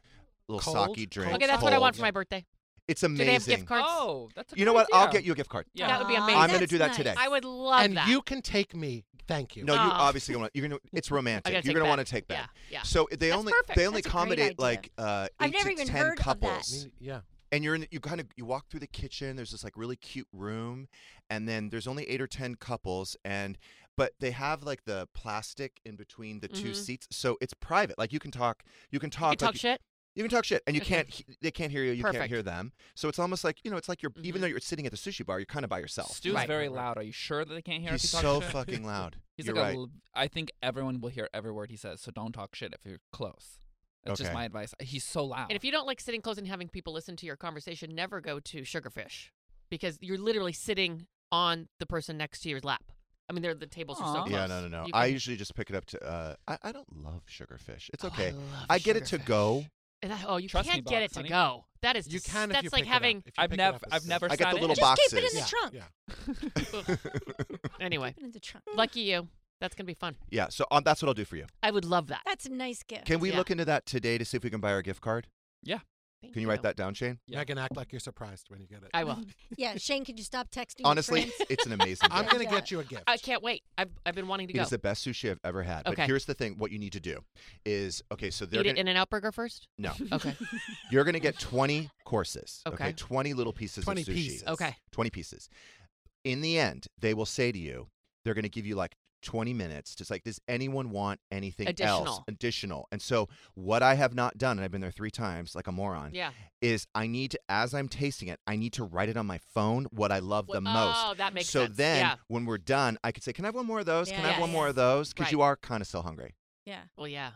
S2: little
S5: Cold?
S2: sake drink.
S5: Okay, that's what I want
S2: cold.
S5: for my birthday.
S2: It's
S5: Do they have
S2: Oh, amazing.
S5: gift cards?
S7: Oh, that's
S2: You know what? I'll get you a gift card.
S5: Yeah, that would be amazing.
S2: I'm gonna do that today.
S5: I would love
S3: and
S5: that.
S3: you can take me. Thank you.
S2: No, you
S5: Oh.
S2: obviously gonna you're gonna it's romantic.
S3: gotta take
S2: You're gonna
S3: back.
S2: want to take that.
S3: Yeah, yeah.
S2: So they
S3: That's
S2: only
S3: perfect.
S2: they only
S3: That's a great
S2: accommodate
S3: idea.
S2: like uh,
S3: I've
S2: eight
S3: never
S2: to
S3: even
S2: ten
S3: heard of that.
S2: couples.
S3: Me- yeah.
S2: And you're in the, you kind of you walk through the kitchen. There's this like really cute room, and then there's only eight or ten couples, and but they have like the plastic in between the two
S5: Mhm.
S2: seats, so it's private. Like you can talk, you can talk, like,
S5: talk shit?
S2: You can talk shit, and you
S5: Okay.
S2: can't. he- They can't hear you. You can't
S7: Perfect.
S2: hear them. So it's almost like you know. It's like you're even though you're sitting at the sushi bar, you're kind of by yourself.
S7: Stu's very loud. Are you sure that they can't hear?
S2: He's
S7: if you talk
S2: so
S7: shit?
S2: fucking loud.
S7: He's
S2: You're
S7: like
S2: right.
S7: a l- I think everyone will hear every word he says, so don't talk shit if you're close. That's just
S2: Okay.
S7: my advice. He's so loud.
S5: And if you don't like sitting close and having people listen to your conversation, never go to Sugarfish because you're literally sitting on the person next to your lap. I mean, they're, the tables are so close.
S2: Yeah, no, no, no.
S5: You
S2: I
S5: can-
S2: usually just pick it up to. Uh, I, I don't love sugarfish. It's
S5: Oh, I
S2: okay.
S5: love
S2: I, get it to go.
S5: and I- oh, you
S7: Trust me,
S5: can't get
S7: Bob,
S5: it to
S7: honey.
S5: go. That is
S7: You
S5: dis-
S7: can if
S5: That's
S7: you
S5: like
S7: pick it up.
S5: having.
S7: If you I've pick it nev- up, it's I've still- never
S2: I get the
S7: sat
S2: little
S7: in.
S2: boxes.
S6: Just keep it in the trunk.
S3: Yeah.
S5: Anyway,
S6: in the trunk.
S5: lucky you. That's gonna be fun.
S2: Yeah, so um, that's what I'll do for you.
S5: I would love that.
S6: That's a nice gift.
S2: Can we look into that today to see if we can buy our gift card?
S7: Yeah.
S2: can you write that down, Shane?
S7: Yeah.
S3: Megan, act like you're surprised when you get it.
S5: I will.
S6: Yeah, Shane, could you stop texting? your
S2: Honestly,
S6: friends?
S2: it's an amazing.
S3: I'm
S2: gift.
S3: gonna get you a gift.
S5: I can't wait. I've I've been wanting to
S2: It
S5: go.
S2: is the best sushi I've ever had. But
S5: Okay.
S2: here's the thing: what you need to do is okay. So they're
S5: Eat it
S2: gonna,
S5: in an out burger first.
S2: no.
S5: Okay.
S2: You're gonna get 20 courses.
S5: Okay.
S2: 20 little pieces
S3: 20
S2: of sushi.
S3: pieces.
S5: Okay.
S2: 20 pieces. In the end, they will say to you, they're going to give you like 20 minutes. Just like, does anyone want anything else
S5: Additional.
S2: additional? And so, what I have not done, and I've been there three times like a moron,
S5: Yeah.
S2: is I need to, as I'm tasting it, I need to write it on my phone what I love the
S5: What-
S2: most.
S5: oh, that makes
S2: so
S5: sense.
S2: then,
S5: Yeah.
S2: when we're done, I could say, can I have one more of those? Can I have
S6: Yeah.
S2: one
S6: Yes.
S2: more of those? Because
S5: Right.
S2: you are kind of still hungry.
S6: Yeah.
S5: Well, yeah.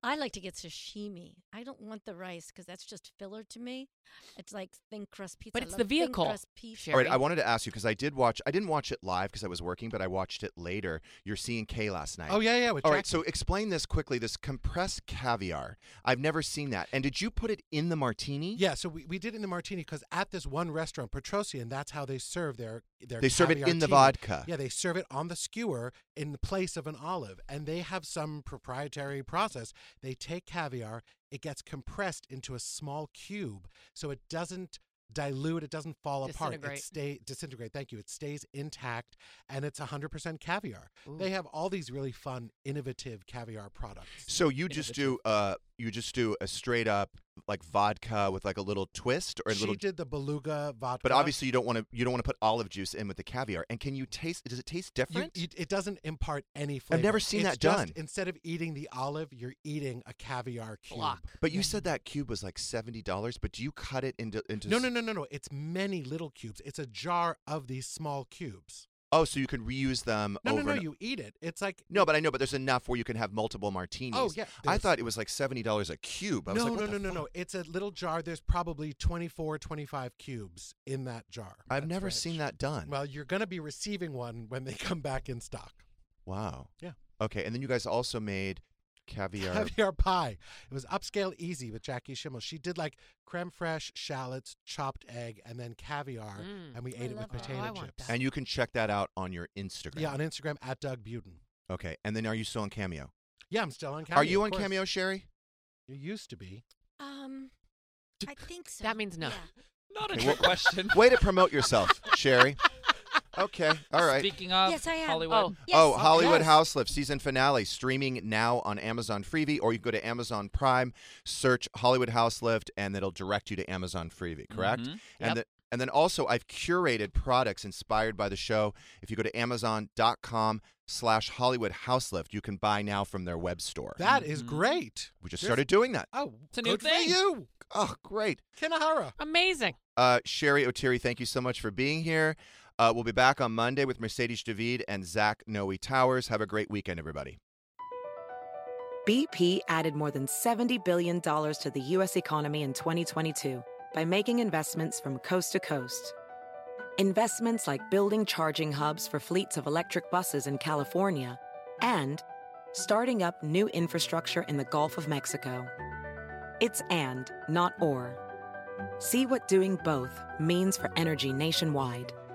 S6: I like to get sashimi. I don't want the rice because that's just filler to me. It's like thin crust pizza. I
S5: it's
S6: love
S5: the
S6: thin
S5: vehicle.
S6: crust pizza.
S2: All right, I wanted to ask you because I did watch. I didn't watch it live because I was working, but I watched it later. You're seeing Kay last night.
S3: Oh, yeah, yeah, with
S2: All right,
S3: Jackie.
S2: so explain this quickly. This compressed caviar. I've never seen that. And did you put it in the martini?
S3: Yeah, so we, we did it in the martini because at this one restaurant, Petrosian, that's how they serve their their.
S2: They serve it in the
S3: caviartini.
S2: vodka.
S3: Yeah, they serve it on the skewer in the place of an olive, and they have some proprietary process. They take caviar, it gets compressed into a small cube, so it doesn't dilute, it doesn't fall apart, it
S5: Disintegrate.
S3: stay disintegrate. Thank you. It stays intact, and it's 100% caviar. They have all these really fun, innovative caviar products.
S2: So you just do uh you just do a straight up like vodka with like a little twist or a
S3: she
S2: little.
S3: did the beluga vodka,
S2: But obviously you don't want to you don't want to put olive juice in with the caviar. And can you taste? Does it taste
S3: You-
S2: different?
S3: you- it doesn't impart any flavor.
S2: never seen
S3: It's
S2: that
S3: just
S2: done.
S3: Instead of eating the olive, you're eating a caviar cube.
S5: Block.
S2: but you said that cube was like seventy dollars. But do you cut it into into?
S3: No,
S2: s-
S3: no, no, no, no. It's many little cubes. It's a jar of these small cubes.
S2: Oh, so you can reuse them
S3: No,
S2: over
S3: no, no.
S2: and-
S3: You eat it. It's like
S2: No, but I know, but there's enough where you can have multiple martinis.
S3: Oh, yeah,
S2: I
S3: there's-
S2: thought it was like seventy dollars a cube. I was
S3: no,
S2: like,
S3: no,
S2: what
S3: no,
S2: the
S3: no, no. It's a little jar. There's probably 24, 25 cubes in that jar.
S2: fuck? I've never seen that done.
S3: Well, you're going to be receiving one when they come back in stock.
S2: wow.
S3: Yeah.
S2: Okay, and then you guys also made caviar.
S3: caviar pie. It was upscale easy with Jackie Schimmel. She did like creme fraiche, shallots, chopped egg, and then caviar,
S5: Mm.
S3: and we
S5: I
S3: ate it with
S5: love that. Oh,
S3: potato
S5: I want
S3: chips.
S2: and you can check that out on your Instagram.
S3: Yeah, on Instagram at Doug Buten.
S2: Okay, and then are you still on Cameo?
S3: Yeah, I'm still on Cameo.
S2: Are you
S3: of
S2: on
S3: course.
S2: Cameo, Sherry?
S3: You used to be.
S6: Um, I think so.
S5: That means no.
S7: Not a
S2: Okay,
S7: trick
S2: well-
S7: question.
S2: Way to promote yourself, Sherry. Okay, all right.
S7: Speaking of
S6: Yes, I am.
S7: Hollywood.
S6: Yes.
S2: Oh, Hollywood
S3: Yes.
S2: House Flip season finale streaming now on Amazon Freevee, or you go to Amazon Prime, search Hollywood House Lift, and it'll direct you to Amazon Freevee. Correct?
S7: Mhm.
S2: And
S5: Yep.
S2: the, and then also I've curated products inspired by the show. If you go to Amazon.com slash Hollywood House Lift, you can buy now from their web store.
S3: That is
S5: Mm-hmm.
S3: great.
S2: we just
S3: There's-
S2: started doing that.
S3: Oh,
S7: It's a new
S3: good
S7: thing.
S3: for you,
S2: Oh, great.
S3: Kanahara.
S5: Amazing.
S2: Uh, Sherry O'Teary, thank you so much for being here. Uh, we'll be back on Monday with Mercedes David and Zach Noe Towers. Have a great weekend, everybody.
S9: BP added more than $70 billion to the U.S. economy in 2022 by making investments from coast to coast. Investments like building charging hubs for fleets of electric buses in California and starting up new infrastructure in the Gulf of Mexico. It's and, not or. See what doing both means for energy nationwide